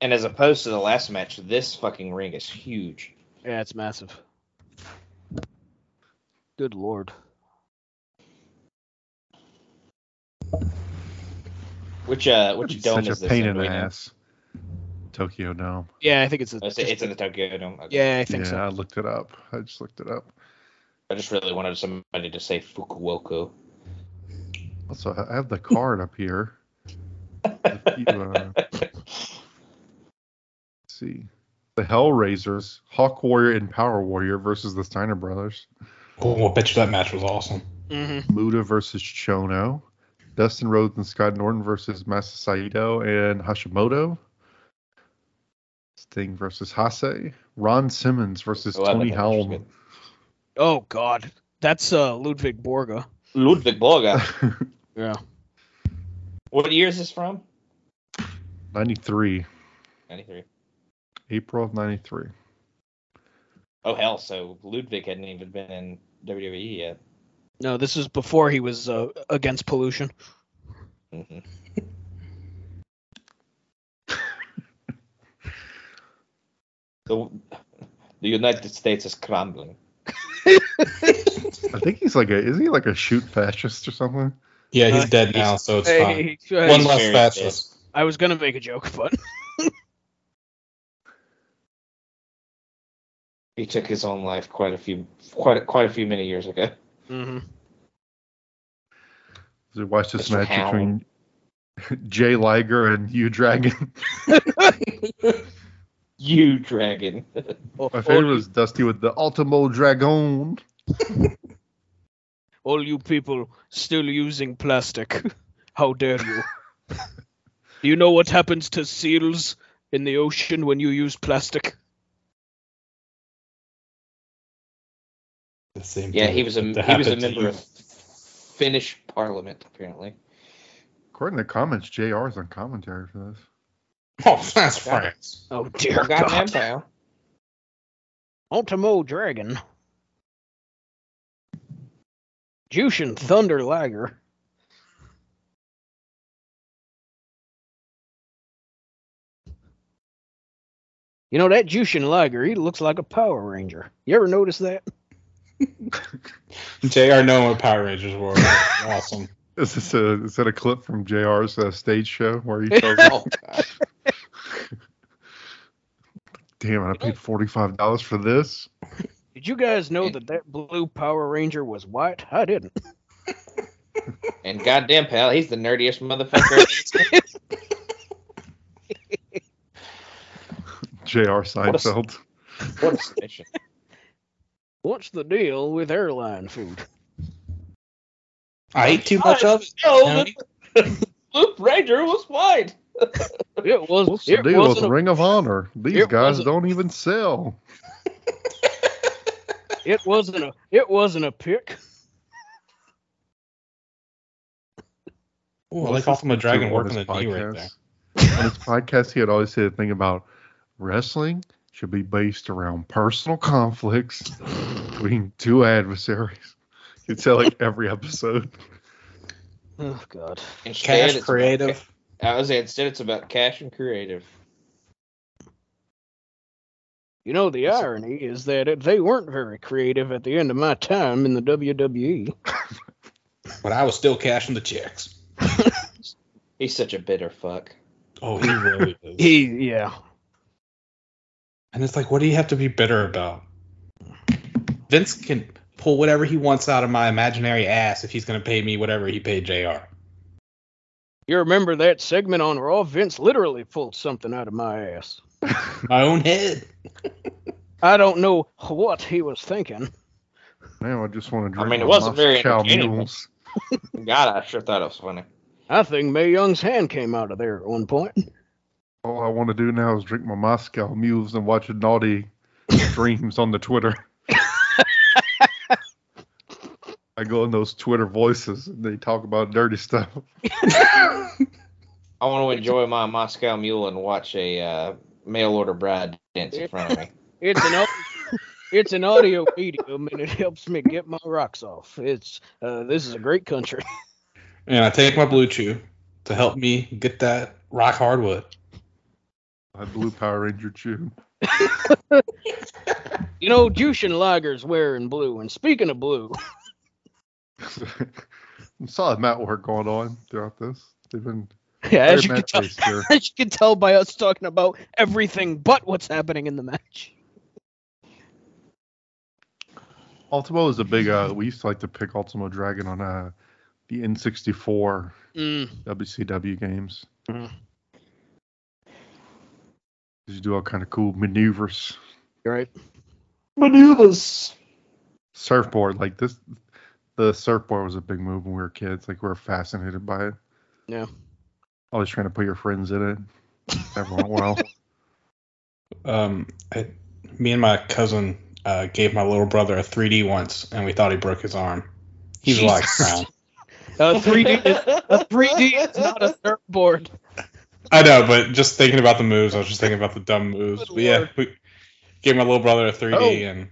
C: And as opposed to the last match, this fucking ring is huge.
D: Yeah, it's massive. Good lord.
C: Which uh, which
B: It's
C: dome
B: such
C: is
B: a
C: this?
B: pain
C: in,
B: in
C: do
B: the
C: we know?
B: ass. Tokyo Dome.
D: Yeah, I think it's a.
C: Oh, It's, it's in the Tokyo Dome. Okay.
D: yeah, I think
B: Yeah, I looked it up. I just looked it up.
C: I just really wanted somebody to say Fukuoka.
B: Also, I have the card up here. If you, uh, let's see. The Hellraisers, Hawk Warrior and Power Warrior versus the Steiner Brothers.
A: Cool. I bet you that match was awesome.
D: so. Mhm.
B: Muda versus Chono. Dustin Rhodes and Scott Norton versus Masa Saito and Hashimoto. Sting versus Hase. Ron Simmons versus
C: Oh, I
B: Tony
C: like that. That's
B: Helm.
D: Oh God, that's uh Ludwig Borga.
C: Ludwig Borga.
D: Yeah.
C: what year is this from?
B: 93.
C: 93.
B: April of 93.
C: Oh, hell. So Ludwig hadn't even been in WWE yet.
D: No, this is before he was uh, against pollution.
C: hmm the, the United States is crumbling.
B: I think he's like a, is he like a shoot fascist or something?
A: Yeah, he's
D: Uh,
A: dead now, so it's fine. One less
C: very
A: fascist.
D: I was gonna make a joke, but
C: He took his own life quite a few, quite a, quite a few many years ago.
D: hmm
B: So watch this
C: Mr.
B: match
C: Howell.
B: between Jay Liger and Hugh Dragon.
C: You dragon.
D: all,
B: My
D: all,
B: favorite was Dusty with the Ultimo Dragon.
D: all you people still using plastic, how dare you? Do you know what happens to seals in the ocean when you use plastic?
A: The same
C: Yeah,
A: thing
C: he was a
A: that
C: he was a
A: happened to
C: member
A: you.
C: of Finnish Parliament apparently.
B: According to comments, JR is on commentary for this.
A: Oh, that's France.
D: Oh dear
C: goddamn
D: God!
C: pal.
D: Ultimo Dragon. Jushin Thunder Liger. You know that Jushin Liger, he looks like a Power Ranger. You ever notice that?
A: JR knowing what Power Rangers were awesome.
B: Is this a is that a clip from JR's uh, stage show where he tells
C: Oh, God.
B: Damn it, I paid forty five dollars for this.
D: Did you guys know that that blue Power Ranger was white? I didn't.
C: and goddamn pal, he's the nerdiest motherfucker.
B: JR Seinfeld.
C: what a submission.
D: What's the deal with airline food?
A: I ate too
C: Oh,
A: much of it.
C: No, the Blue Ranger was white.
D: It was.
B: What's the
D: it
B: deal with
D: wasn't a-
B: Ring of Honor? These
D: it
B: guys
D: wasn't-
B: don't even sell.
D: It wasn't a it wasn't a pick.
A: Ooh, I like Ultimate Dragon
B: On
A: working the
B: his
A: knee right there.
B: podcast. On his podcast, he had always said a thing about Wrestling should be based around personal conflicts between two adversaries. You'd say like every episode.
D: Oh God.
C: Instead,
A: Cash
C: it's-
A: creative.
C: I was saying, instead it's about cash and creative.
D: You know the irony is that it, they weren't very creative at the end of my time in the E. WWE.
A: But I was still cashing the checks.
C: He's such a bitter fuck.
A: Oh, he really is.
D: He, yeah.
A: And it's like, what do you have to be bitter about? Vince can pull whatever he wants out of my imaginary ass if he's going to pay me whatever he paid JR.
D: You remember that segment on Raw? Vince literally pulled something out of my ass.
A: My own head.
D: I don't know what he was thinking.
B: Now I just want to
C: I
B: drink.
C: mean, it
B: my
C: wasn't very
B: Moscow
C: entertaining.
B: mules.
C: God, I sure thought it was funny.
D: I think May Young's hand came out of there at one point.
B: All I want to do now is drink my Moscow mules and watch naughty streams on the Twitter. I go in those Twitter voices and they talk about dirty stuff.
C: I want to enjoy my Moscow Mule and watch a uh, mail order bride dance in front of me.
D: It's an au- it's an audio medium and it helps me get my rocks off. It's uh, this is a great country.
A: And I take my blue chew to help me get that rock hardwood.
B: My blue Power Ranger chew.
D: You know, Jushin Liger's wearing blue. And speaking of blue,
B: Some solid mat work going on throughout this. They've been
D: as
B: very
D: you can
B: mat
D: tell,
B: based here.
D: as you can tell by us talking about everything but what's happening in the match.
B: Ultimo is a big. Uh, we used to like to pick Ultimo Dragon on uh, the N64
D: Mm.
B: WCW games.
D: Mhm.
B: 'Cause You do all kind of cool maneuvers,
D: You're right.
E: Maneuvers.
B: surfboard like this. The surfboard was a big move when we were kids. Like we were fascinated by it.
D: Yeah.
B: Always trying to put your friends in it. Every once in a while.
A: Um, I, me and my cousin uh, gave my little brother a 3D once, and we thought he broke his arm. He's
D: Jesus.
A: like, "Crown."
D: Uh, 3D is a 3D is not a surfboard.
A: I know, but just thinking about the moves, I was just thinking about the dumb moves.
D: Good
A: But yeah,
D: lord.
A: we gave my little brother a 3D,
B: Oh.
A: and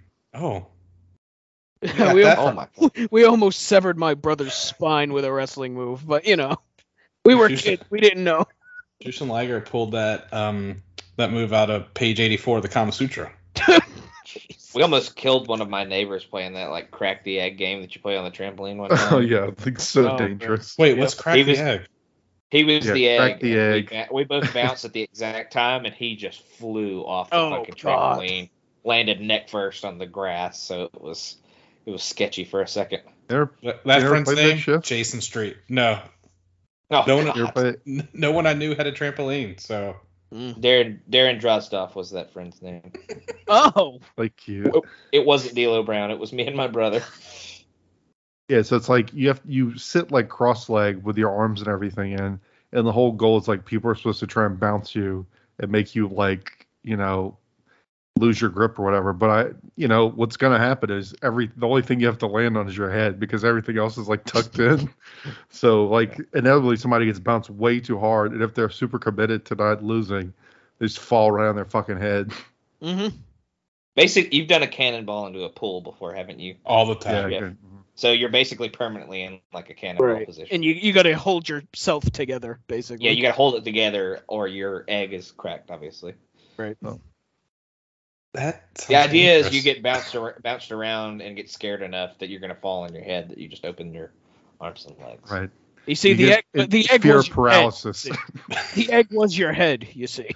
A: oh,
D: we,
A: that-
D: al-
C: Oh my god.
D: we almost severed my brother's spine with a wrestling move, but you know, we were kids. We didn't know.
A: Jushin Liger pulled that um that move out of page 84 of the Kama Sutra.
C: We almost killed one of my neighbors playing that like crack the egg game that you play on the trampoline one time.
B: oh yeah, like so
D: Oh, yeah.
B: dangerous.
A: Wait, what's crack
C: He
A: the
C: was-
A: egg?
C: He was
B: Yeah,
C: the egg.
B: crack the
C: and we
B: egg.
C: ba- We, both bounced at the exact time, and he just flew off the
D: Oh,
C: fucking
D: God.
C: trampoline, landed neck first on the grass. So it was it was sketchy for a second.
B: There,
A: That,
B: You
A: that
B: ever
A: friend's
B: played that
A: name?
B: shit?
A: Jason Street. No,
C: Oh,
A: Don't-
C: God.
B: there, but
A: N- no one I knew had a trampoline, so
C: Darren Darren Drozdoff was that friend's name.
D: Oh,
B: like you.
C: It wasn't D'Lo Brown. It was me and my brother.
B: Yeah, so it's like you have you sit like cross leg with your arms and everything in, and the whole goal is like people are supposed to try and bounce you and make you like you know lose your grip or whatever. But I, you know, what's gonna happen is every the only thing you have to land on is your head because everything else is like tucked in. So like inevitably somebody gets bounced way too hard, and if they're super committed to not losing, they just fall right on their fucking head.
D: mm-hmm.
C: Basically, you've done a cannonball into a pool before, haven't you?
A: all the time.
C: Yeah.
B: good.
C: So you're basically permanently in like a cannonball
D: Right.
C: position.
D: and you you got to hold yourself together, basically.
C: yeah, you got to hold it together, or your egg is cracked. Obviously,
A: That sounds
C: the idea is you
A: dangerous.
C: get bounced ar- bounced around and get scared enough that you're gonna fall on your head that you just open your arms and legs.
B: Right.
D: You see
B: You
D: the
B: get
D: egg, but the egg
B: fear
D: was your head.
B: paralysis.
D: The egg was your head. You see.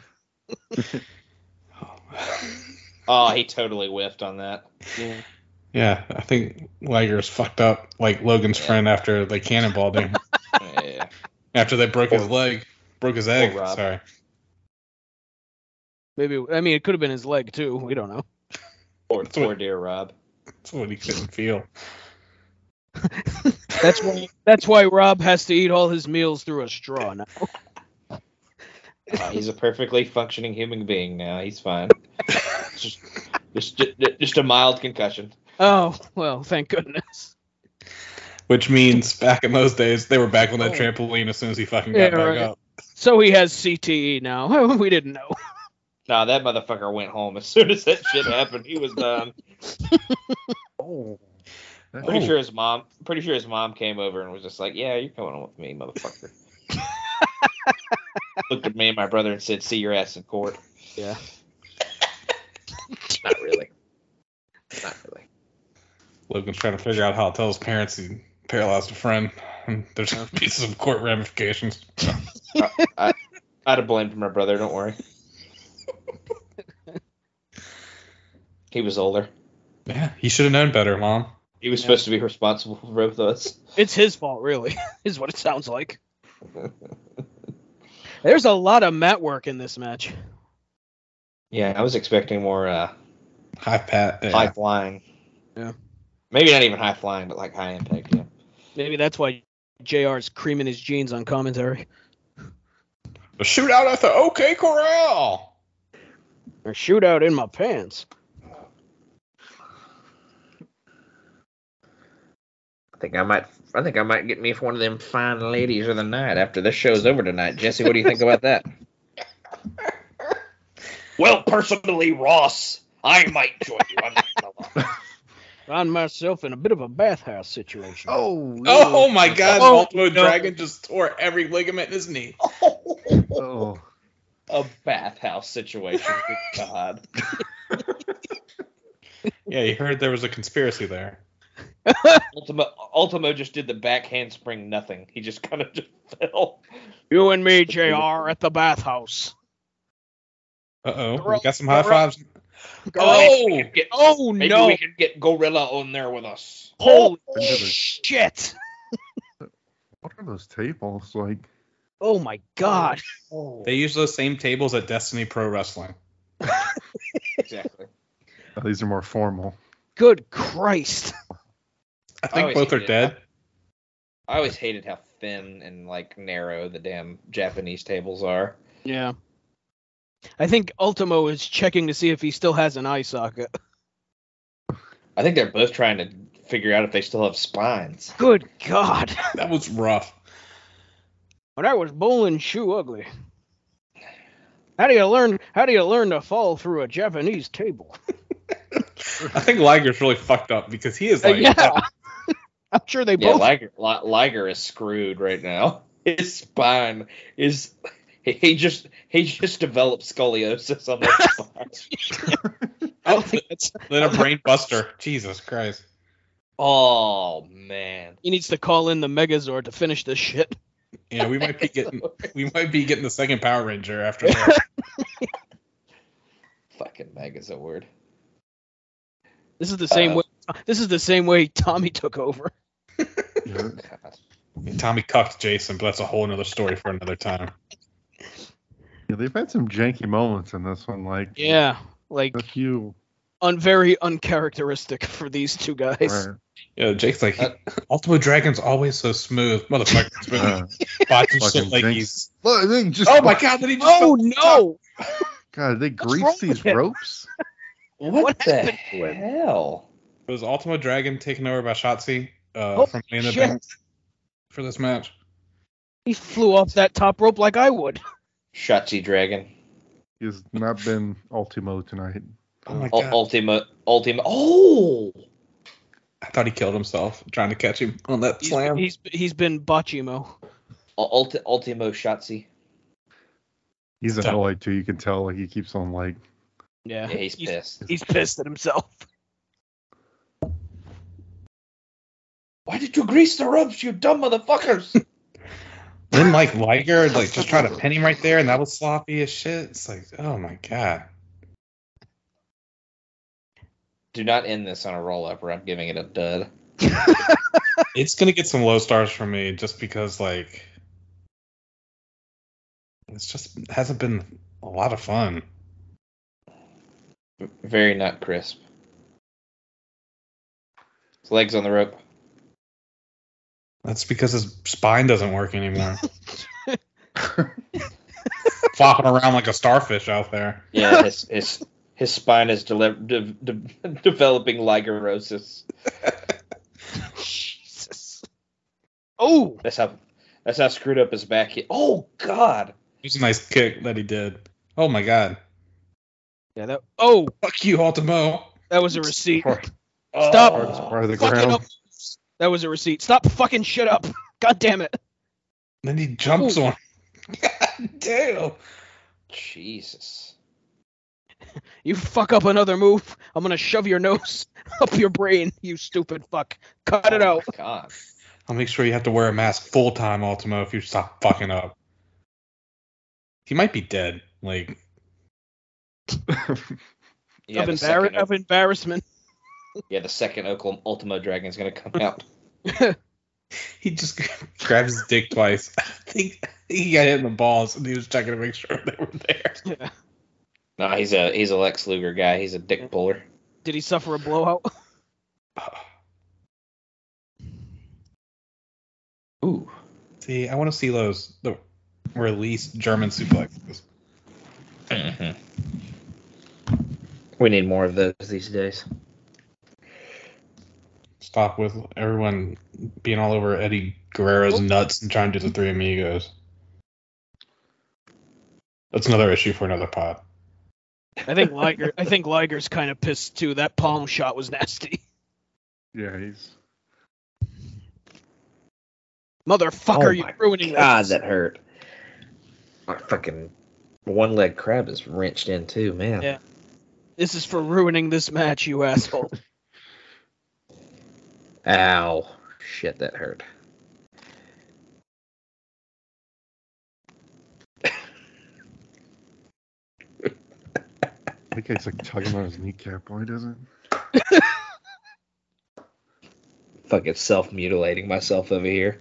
C: Oh, he totally whiffed on that.
A: yeah, I think Liger's fucked up like Logan's
C: Yeah.
A: friend after they cannonballed him
C: yeah.
A: after they broke his leg, broke his egg.
C: Rob.
A: Sorry.
D: Maybe I mean it could have been his leg too. We don't know.
C: Poor,
A: That's what-
C: poor dear Rob.
A: That's what he couldn't feel.
D: That's why that's why Rob has to eat all his meals through a straw. Now.
C: Uh, he's a perfectly functioning human being now. He's fine. just, just, just a mild concussion.
D: Oh well, thank goodness.
A: Which means back in those days, they were back on that
D: Oh.
A: trampoline as soon as he fucking
D: Yeah,
A: got back
D: right.
A: up.
D: So he has CTE now. we E didn't know.
C: Nah, that motherfucker went home as soon as that shit happened. He was done.
B: Oh. That-
C: Pretty
B: oh,
C: sure his mom. Pretty sure his mom came over and was just like, "Yeah, you're coming home with me, motherfucker." Looked at me and my brother and said, "See your ass in court."
D: Yeah.
C: Not really. Not really.
A: Logan's trying to figure out how to tell his parents he paralyzed a friend. And there's pieces of court ramifications.
C: I'd have blamed my brother. Don't worry. he was older.
A: Yeah, he should have known better, Mom.
C: He was
D: Yeah.
C: supposed to be responsible for both of us.
D: It's his fault, really, is what it sounds like. There's a lot of mat work in this match.
C: Yeah, I was expecting more uh,
A: Hi, Pat. Yeah.
C: high flying.
D: Yeah.
C: Maybe not even high flying, but like high impact. Yeah.
D: Maybe that's why JR's creaming his jeans on commentary.
A: A shootout at the OK Corral.
D: Or shootout in my pants.
C: I think I might. I think I might get me one of them fine ladies of the night after this show's over tonight. Jesse, what do you think about that?
E: Well, personally, Ross, I might join you. on that level.
D: Found myself in a bit of a bathhouse situation.
A: Oh my God!
D: Oh,
A: Ultimo
D: no.
A: Dragon just tore every ligament in his knee.
B: oh.
C: A bathhouse situation. Good God.
A: Yeah, you heard there was a conspiracy there.
C: Ultimo, Ultimo just did the back handspring nothing. He just kind of just fell.
D: You and me, JR, at the bathhouse.
A: Uh oh,
D: Gorilla-
A: we got some high
D: gorilla-
A: fives.
D: Gorilla-
A: Oh,
C: Get-
D: oh
C: maybe
D: no!
C: we can get Gorilla on there with us.
D: Holy
B: Another-
D: shit!
B: What are those tables like?
D: Oh my god!
A: they use those same tables at Destiny Pro Wrestling.
C: Exactly.
B: Oh, these are more formal.
D: Good Christ!
A: I think
C: Oh,
A: both are
C: yeah.
A: dead.
C: I always hated how thin and like narrow the damn Japanese tables are.
D: Yeah. I think Ultimo is checking to see if he still has an eye socket.
C: I think they're both trying to figure out if they still have spines.
D: Good God!
A: That was rough.
D: When I was bowling shoe ugly. How do you learn? How do you learn to fall through a Japanese table?
A: I think Liger's really fucked up because he is
D: Uh,
A: like,
D: yeah. I'm sure they
C: "Oh." Yeah,
D: both.
C: Liger, Li- Liger is screwed right now. His spine is. He just he just developed scoliosis on that spine.
D: I don't think that's.
A: then a brain buster. Jesus Christ.
C: Oh man.
D: He needs to call in the Megazord to finish this shit.
A: Yeah, we might be getting we might be getting the second Power Ranger after that.
C: Fucking Megazord.
D: This is the same
C: Uh,
D: way. This is the same way Tommy took over.
B: Yeah.
C: God.
A: Tommy cucked Jason, but that's a whole nother story for another time.
B: Yeah, they've had some janky moments in this one, like
D: Yeah, like
B: a few.
D: un very uncharacteristic for these two guys.
B: Right.
A: Yeah, Jake's like,
C: Uh,
A: Ultimo Dragon's always so smooth, motherfucker. It's been
B: Uh,
A: Watching
B: Fucking
A: shit like
B: jinx.
A: he's.
B: look, they just,
A: Oh my God! Did he just?
D: Oh no!
B: God, they
D: What's wrong
B: greased these
D: with it?
B: ropes.
C: What,
D: What
C: the
D: happened to him?
C: hell?
A: It was Ultimo Dragon taken over by Shotzi uh,
D: Oh,
A: from Lana
D: shit.
A: Banks for this match.
D: He flew off that top rope like I would.
C: Shotzi Dragon.
B: He's not been Ultimo tonight.
A: Oh my
C: U-
A: God!
C: Ultima Ultima. Oh.
A: I thought he killed himself trying to catch him on that
D: He's,
A: slam.
D: he's he's been Bachimo.
C: U- Ulti, Ultimo Shotzi.
B: He's an
A: Tough.
B: LA too. You can tell like he keeps on like
D: Yeah.
C: Yeah, he's pissed.
D: He's pissed at himself.
C: Why did you grease the ropes, you dumb motherfuckers?
A: Then like Liger like just tried to pin him right there, and that was sloppy as shit. It's like, oh my God!
C: Do not end this on a roll up, or I'm giving it a dud.
A: It's gonna get some low stars from me just because like it's just hasn't been a lot of fun.
C: Very not crisp. His legs on the rope.
A: That's because his spine doesn't work anymore. Flopping around like a starfish out there.
C: Yeah, his his his spine is dele- de- de- developing ligerosis.
D: Jesus. Oh,
C: That's how that's how screwed up his back. Is. Oh God!
A: It was a nice kick that he did. Oh my God!
D: Yeah, that. Oh,
A: Fuck you, Ultimo.
D: that was a receipt.
B: Hard-
D: Stop.
B: hardest part of the
D: Fucking
B: ground.
D: up. That was a receipt. Stop fucking shit up. God damn it.
A: Then he jumps on. God damn.
C: Jesus.
D: You fuck up another move. I'm gonna shove your nose up your brain. You stupid fuck. Cut it
C: Oh
D: out.
C: my God.
A: I'll make sure you have to wear a mask full time, Ultimo, if you stop fucking up. He might be dead. Like,
C: Yeah,
D: of,
C: the
D: embar-
C: second,
D: of embarrassment.
C: yeah, the second Oklahoma Ultimo Dragon is gonna come out.
A: he just grabs his dick twice. I think I think he got hit in the balls and he was checking to make sure they were there.
D: Yeah.
C: No, he's a he's a Lex Luger guy. He's a dick puller.
D: Did he suffer a blowout?
C: Ooh.
A: See, I want to see those the released German suplexes.
C: Mm-hmm. We need more of those these days.
A: Stop with everyone being all over Eddie Guerrero's nuts and trying to do the Three Amigos. That's another issue for another pod.
D: I think Liger. I think Liger's kind of pissed too. That palm shot was nasty.
B: Yeah, he's
D: Motherfucker,
C: Oh
D: you're
C: my
D: ruining
C: God,
D: this.
C: that hurt. My fucking one leg crab is wrenched in too, man.
D: Yeah. This is for ruining this match, you asshole.
C: Ow. Shit, that hurt.
B: I think he's like tugging on his kneecap. Why doesn't?
C: Fucking self mutilating myself over here.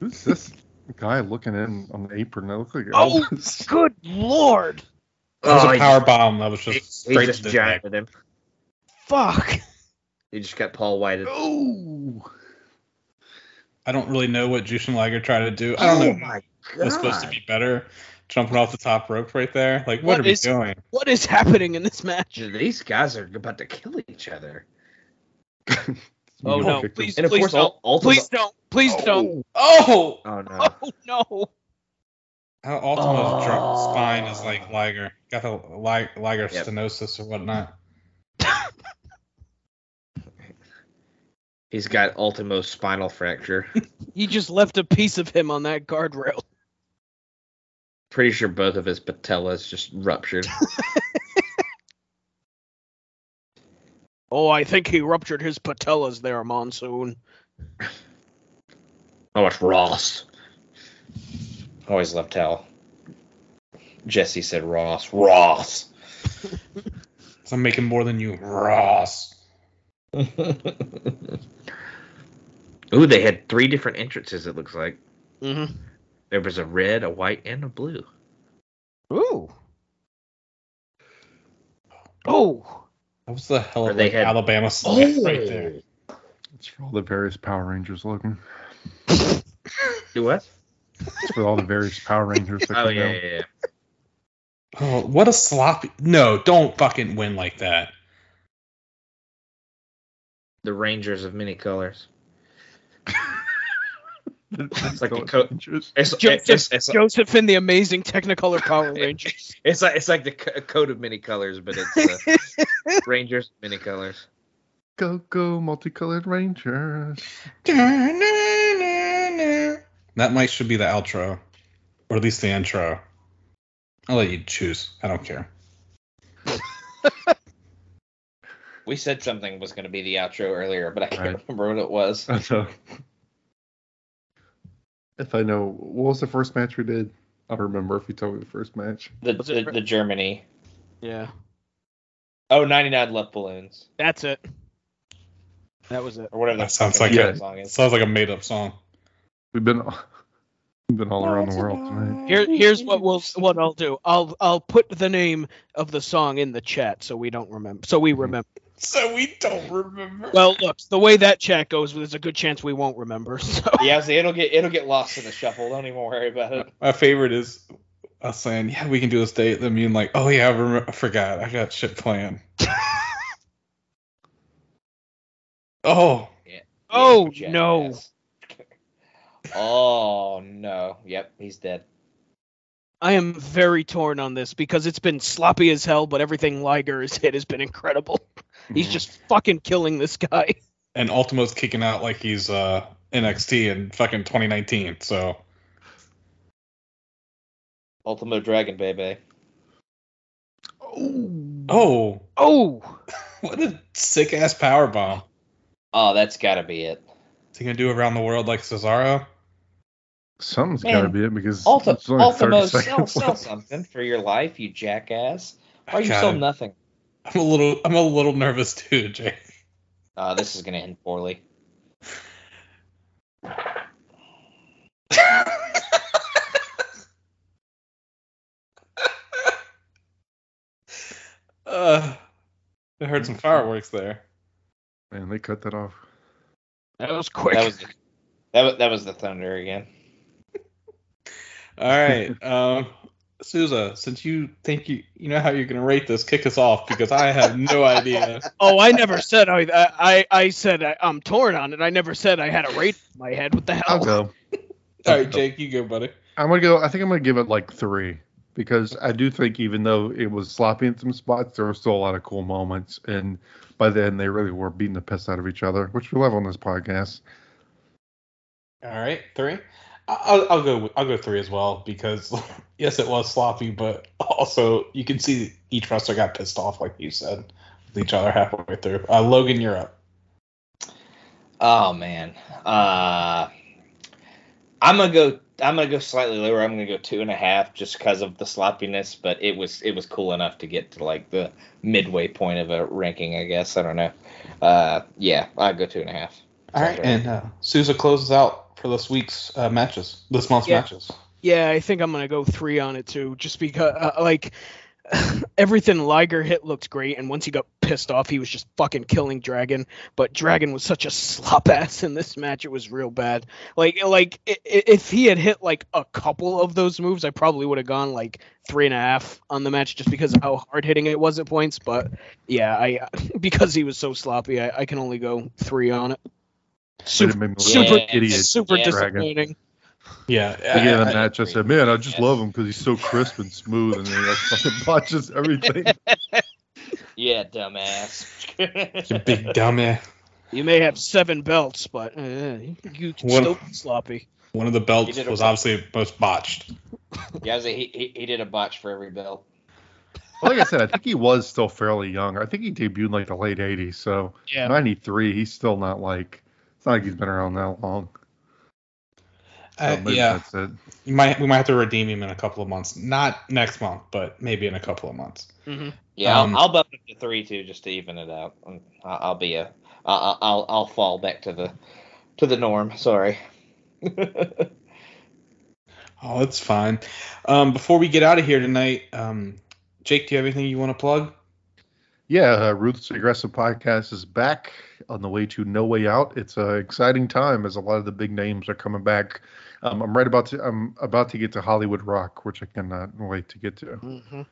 B: Who's this guy looking in on the apron? I look like
D: Oh!
B: Elvis.
D: Good lord.
A: That was
C: Oh,
A: a
C: he
A: power bomb. That was
C: just-
A: just
C: he, he
A: straight
C: just
A: to the neck.
C: gianted him.
D: Fuck.
C: He just got Paul Whited.
B: Oh!
A: I don't really know what Jushin Liger tried to do. I don't
C: oh
A: know.
C: my
A: It was supposed to
C: God.
A: be better. Jumping off the top rope right there. Like, what,
D: What
A: are we
D: is-
A: doing?
D: What is happening in this match?
C: These guys are about to kill each other.
D: Oh
B: You
D: no!
B: kicked him.
D: Please,
C: And of
D: please
C: course,
D: don't.
C: all Ultimo.
D: Please don't. Please don't.
A: Oh!
C: Oh no.
D: Oh no.
A: How Ultimo's
C: Oh.
A: drunk spine is like Liger. Got the Li- Liger
C: Yep.
A: stenosis or whatnot.
C: He's got Ultimo's spinal fracture.
D: You just left a piece of him on that guardrail.
C: Pretty sure both of his patellas just ruptured.
D: Oh, I think he ruptured his patellas there, Monsoon.
C: Oh, it's Ross. Always loved how Jesse said Ross. Ross.
A: So I'm making more than you, Ross.
C: Ooh, they had three different entrances, it looks like.
D: Mm-hmm.
C: There was a red, a white, and a blue.
D: Ooh. Oh.
A: That was the hell
C: Or
A: of
C: they
A: like
C: had- Oh.
A: Alabama slam right there.
B: It's for all the various Power Rangers looking.
C: Do what?
B: It's for all the various Power Rangers. That
C: Oh,
B: come
C: yeah,
B: out.
C: yeah, yeah.
A: Oh, what a sloppy. No, don't fucking win like that.
C: The Rangers of many colors.
B: It's
C: like the
B: all
C: co-
B: Rangers.
C: It's,
D: Joseph,
C: it's, it's,
D: Joseph in the Amazing Technicolor Power Rangers.
C: it's like, it's like the co- coat of many colors, but it's uh, Rangers of many colors.
B: Go, go, multicolored Rangers.
A: That might should be the outro, or at least the intro. I'll let you choose. I don't care.
C: We said something was going to be the outro earlier, but I can't
B: Right.
C: remember what it was.
B: I know. If I know, what was the first match we did? I don't remember if you told me the first match.
C: The,
D: Was it
C: the,
D: re-
C: the Germany.
D: yeah,
C: Oh, 99 love balloons
D: that's it. That was it.
C: or whatever
A: That sounds
C: fucking
B: like
A: a-
C: song is.
A: sounds like a made up song.
B: We've been we've been all around the world tonight.
D: Here, here's what we'll what I'll do. I'll I'll put the name of the song in the chat so we don't remember. So we remember.
A: So we don't remember.
D: Well, look, the way that chat goes, there's a good chance we won't remember. So
C: Yeah, I was- it'll get it'll get lost in the shuffle. Don't even worry about it.
A: My favorite is us saying, "Yeah, we can do this date." Then being like, "Oh yeah, I, remember, I forgot. I got shit planned." oh,
D: Oh,
C: Yeah,
D: no.
C: yes. Oh no. Yep, he's dead.
D: I am very torn on this because it's been sloppy as hell, but everything Liger has hit has been incredible. He's just fucking killing this guy.
A: And Ultimo's kicking out like he's uh, NXT in fucking 2019. So
C: Ultimo Dragon, baby.
A: oh,
D: Oh,
A: what a sick ass power bomb.
C: Oh, that's got to be it.
A: Is he gonna do around the world like Cesaro?
B: Something's
C: Man,
B: got to be it because
C: Ulti-
B: it's only 30
C: Ultimo, sell,
B: seconds
C: sell
B: left.
C: something for your life, you jackass. Why you
A: God,
C: sell nothing?
A: I'm a little I'm a little nervous too, Jake.
C: Uh, this is going to end poorly.
A: Uh, I heard
C: Mm-hmm.
A: some fireworks there.
B: Man, they cut that off.
D: that was quick.
C: That was the, that was, that was the thunder again.
A: All right, um, Souza, since you think you you know how you're gonna rate this, kick us off because I have no idea.
D: oh, I never said I. I, I said I, I'm torn on it. I never said I had a rate in my head. What the hell?
B: I'll go.
A: All right, Jake, you go, buddy.
B: I'm gonna go. I think I'm gonna give it like three because I do think even though it was sloppy in some spots, there were still a lot of cool moments, and by then they really were beating the piss out of each other, which we love on this podcast.
A: All right, three. I- I'll, I'll go. I'll go three as well because yes, it was sloppy, but also you can see each wrestler got pissed off, like you said, with each other halfway through. Uh, Logan, you're up.
C: Oh man. Uh, I'm gonna go. I'm gonna go slightly lower. I'm gonna go two and a half, just because of the sloppiness. But it was it was cool enough to get to like the midway point of a ranking. I guess I don't know. Uh, yeah, I go two and a half.
A: All right, and uh, Souza closes out for this week's uh, matches. This month's
D: Yeah.
A: matches.
D: Yeah, I think I'm gonna go three on it too, just because uh, like everything Liger hit looked great, and once he got pissed off, he was just fucking killing Dragon. But Dragon was such a slop ass in this match; it was real bad. Like, like i- i- if he had hit like a couple of those moves, I probably would have gone like three and a half on the match, just because of how hard hitting it was at points. But yeah, I because he was so sloppy, I, I can only go three on it.
B: Should
D: Super,
B: have made me look
D: super-
B: like an idiot.
D: super
C: Yeah.
B: Dragon.
D: disappointing.
A: Yeah, uh,
B: Beginning of
A: I-
B: the
A: I-
B: match, I said, "Man, I just love him because he's so crisp and smooth, and he like fucking botches everything."
C: Yeah, dumbass.
A: you big dummy.
D: You may have seven belts, but uh, you can
A: What-
D: still be sloppy.
A: One of the
C: You
A: belts
C: did a-
A: was obviously most botched.
C: yeah, I was like, he, he he did a botch for every belt.
B: Well, like I said, I think he was still fairly young. I think he debuted in like the late '80s, so
D: Yeah.
B: '93. He's still not like it's not like he's been around that long. So
A: Uh,
B: maybe
A: yeah,
B: that's it.
A: you might we might have to redeem him in a couple of months. Not next month, but maybe in a couple of months.
C: Yeah,
A: Um,
C: I'll, I'll bump it to three too, just to even it out. Um, I- I'll be a I'll I'll I'll fall back to the to the norm. Sorry.
A: Oh, it's fine. Um, before we get out of here tonight, um, Jake, do you have anything you want to plug?
B: Yeah, uh, Ruthless Aggressive Podcast is back on the way to No Way Out. It's an exciting time as a lot of the big names are coming back. Um, I'm right about to I'm about to get to Hollywood Rock, which I cannot wait to get to.
D: Mm-hmm.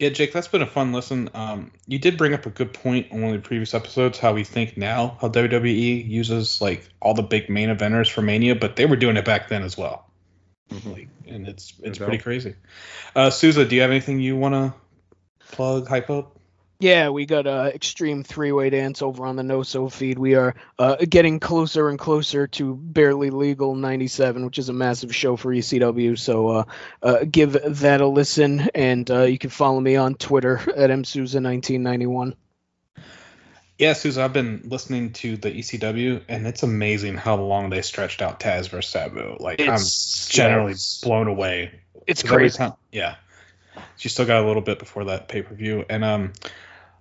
A: Yeah, Jake, that's been a fun listen. Um, you did bring up a good point on one of the previous episodes how we think now how WWE uses like all the big main eventers for Mania, but they were doing it back then as well. Like, and it's it's
B: No
A: pretty
B: doubt.
A: crazy. Uh, Souza, do you have anything you want to plug, hype up?
D: Yeah, we got uh, Extreme Three Way Dance over on the No So feed. We are uh, getting closer and closer to Barely Legal 97, which is a massive show for ECW. So uh, uh, give that a listen. And uh, you can follow me on Twitter at msouza1991.
A: Yeah, Susan, I've been listening to the ECW, and it's amazing how long they stretched out Taz versus Sabu. Like,
D: It's
A: I'm generally
D: yes.
A: blown away.
D: It's
A: 'Cause every
D: crazy.
A: time- yeah, she still got a little bit before that pay per view. And um,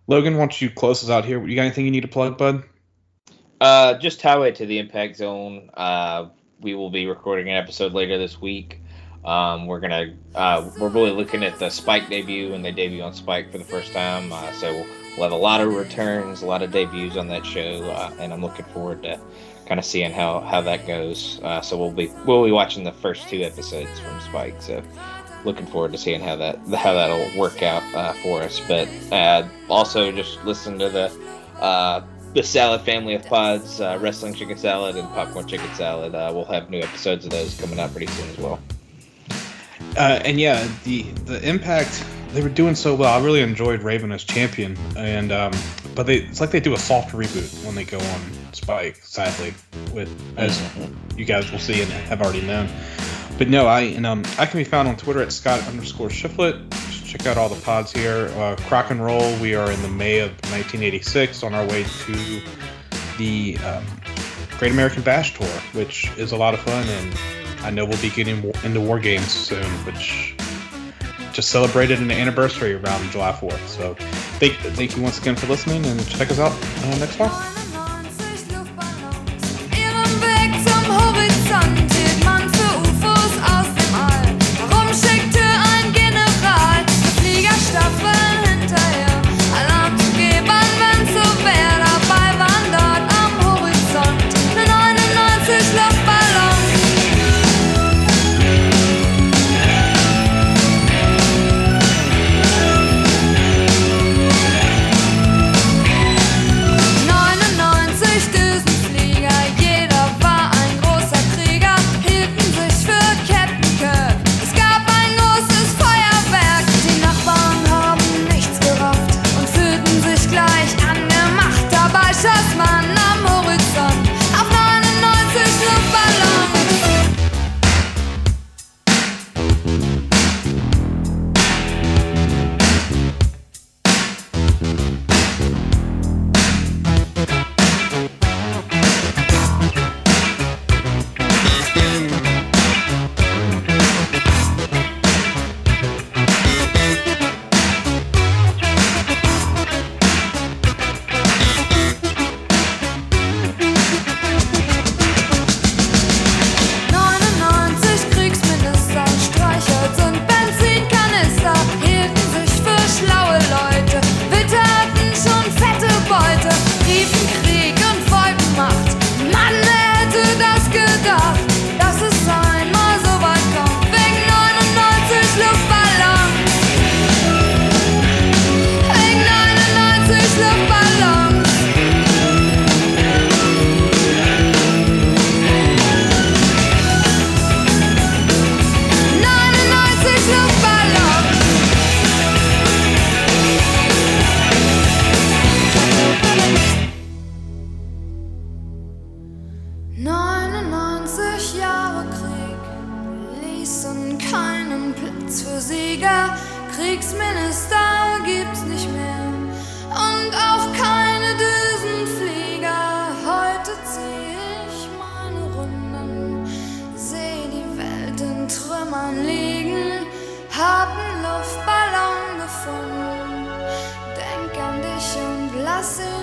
A: Logan, once you close us out here, you got anything you need to plug, bud?
C: Uh, just highway to the impact zone. Uh, we will be recording an episode later this week. Um, we're gonna uh, we're really looking at the Spike debut and they debut on Spike for the first time. Uh, so we'll have a lot of returns, a lot of debuts on that show, uh, and I'm looking forward to kind of seeing how how that goes. Uh, so we'll be we'll be watching the first two episodes from Spike. So looking forward to seeing how that how that'll work out uh, for us. But uh, also just listen to the. Uh, the salad family of pods uh, wrestling chicken salad and popcorn chicken salad uh, we'll have new episodes of those coming out pretty soon as well
A: Uh, and yeah, the the impact they were doing so well. I really enjoyed Raven as champion, and um, but they it's like they do a soft reboot when they go on Spike. Sadly, with as you guys will see and have already known. But no, I and um, I can be found on Twitter at Scott underscore Shiflet. Just Check out all the pods here. Uh, Crock and Roll. We are in the May of 1986 on our way to the um, Great American Bash tour, which is a lot of fun, and I know we'll be getting wa- into War Games soon, which just celebrated an anniversary around July 4th. So thank, thank you once again for listening, and check us out uh, next month.
F: Luftballon. jeder war ein großer Krieger, hielten sich für Kettenköpfe. Es gab ein großes Feuerwerk, die Nachbarn haben nichts gerafft und fühlten sich gleich angemacht. Dabei schoss man am Horizont auf 99 Luftballons. Luftballons. Wegen 99 Luftballons. Neunundneunzig Jahre Krieg ließen keinen Platz für Sieger. Kriegsminister gibt's nicht mehr und auch keine Düsenflieger. Heute zieh ich meine Runden, seh die Welt in Trümmern liegen, hab einen Luftballon gefunden. Denk an dich und lass ihn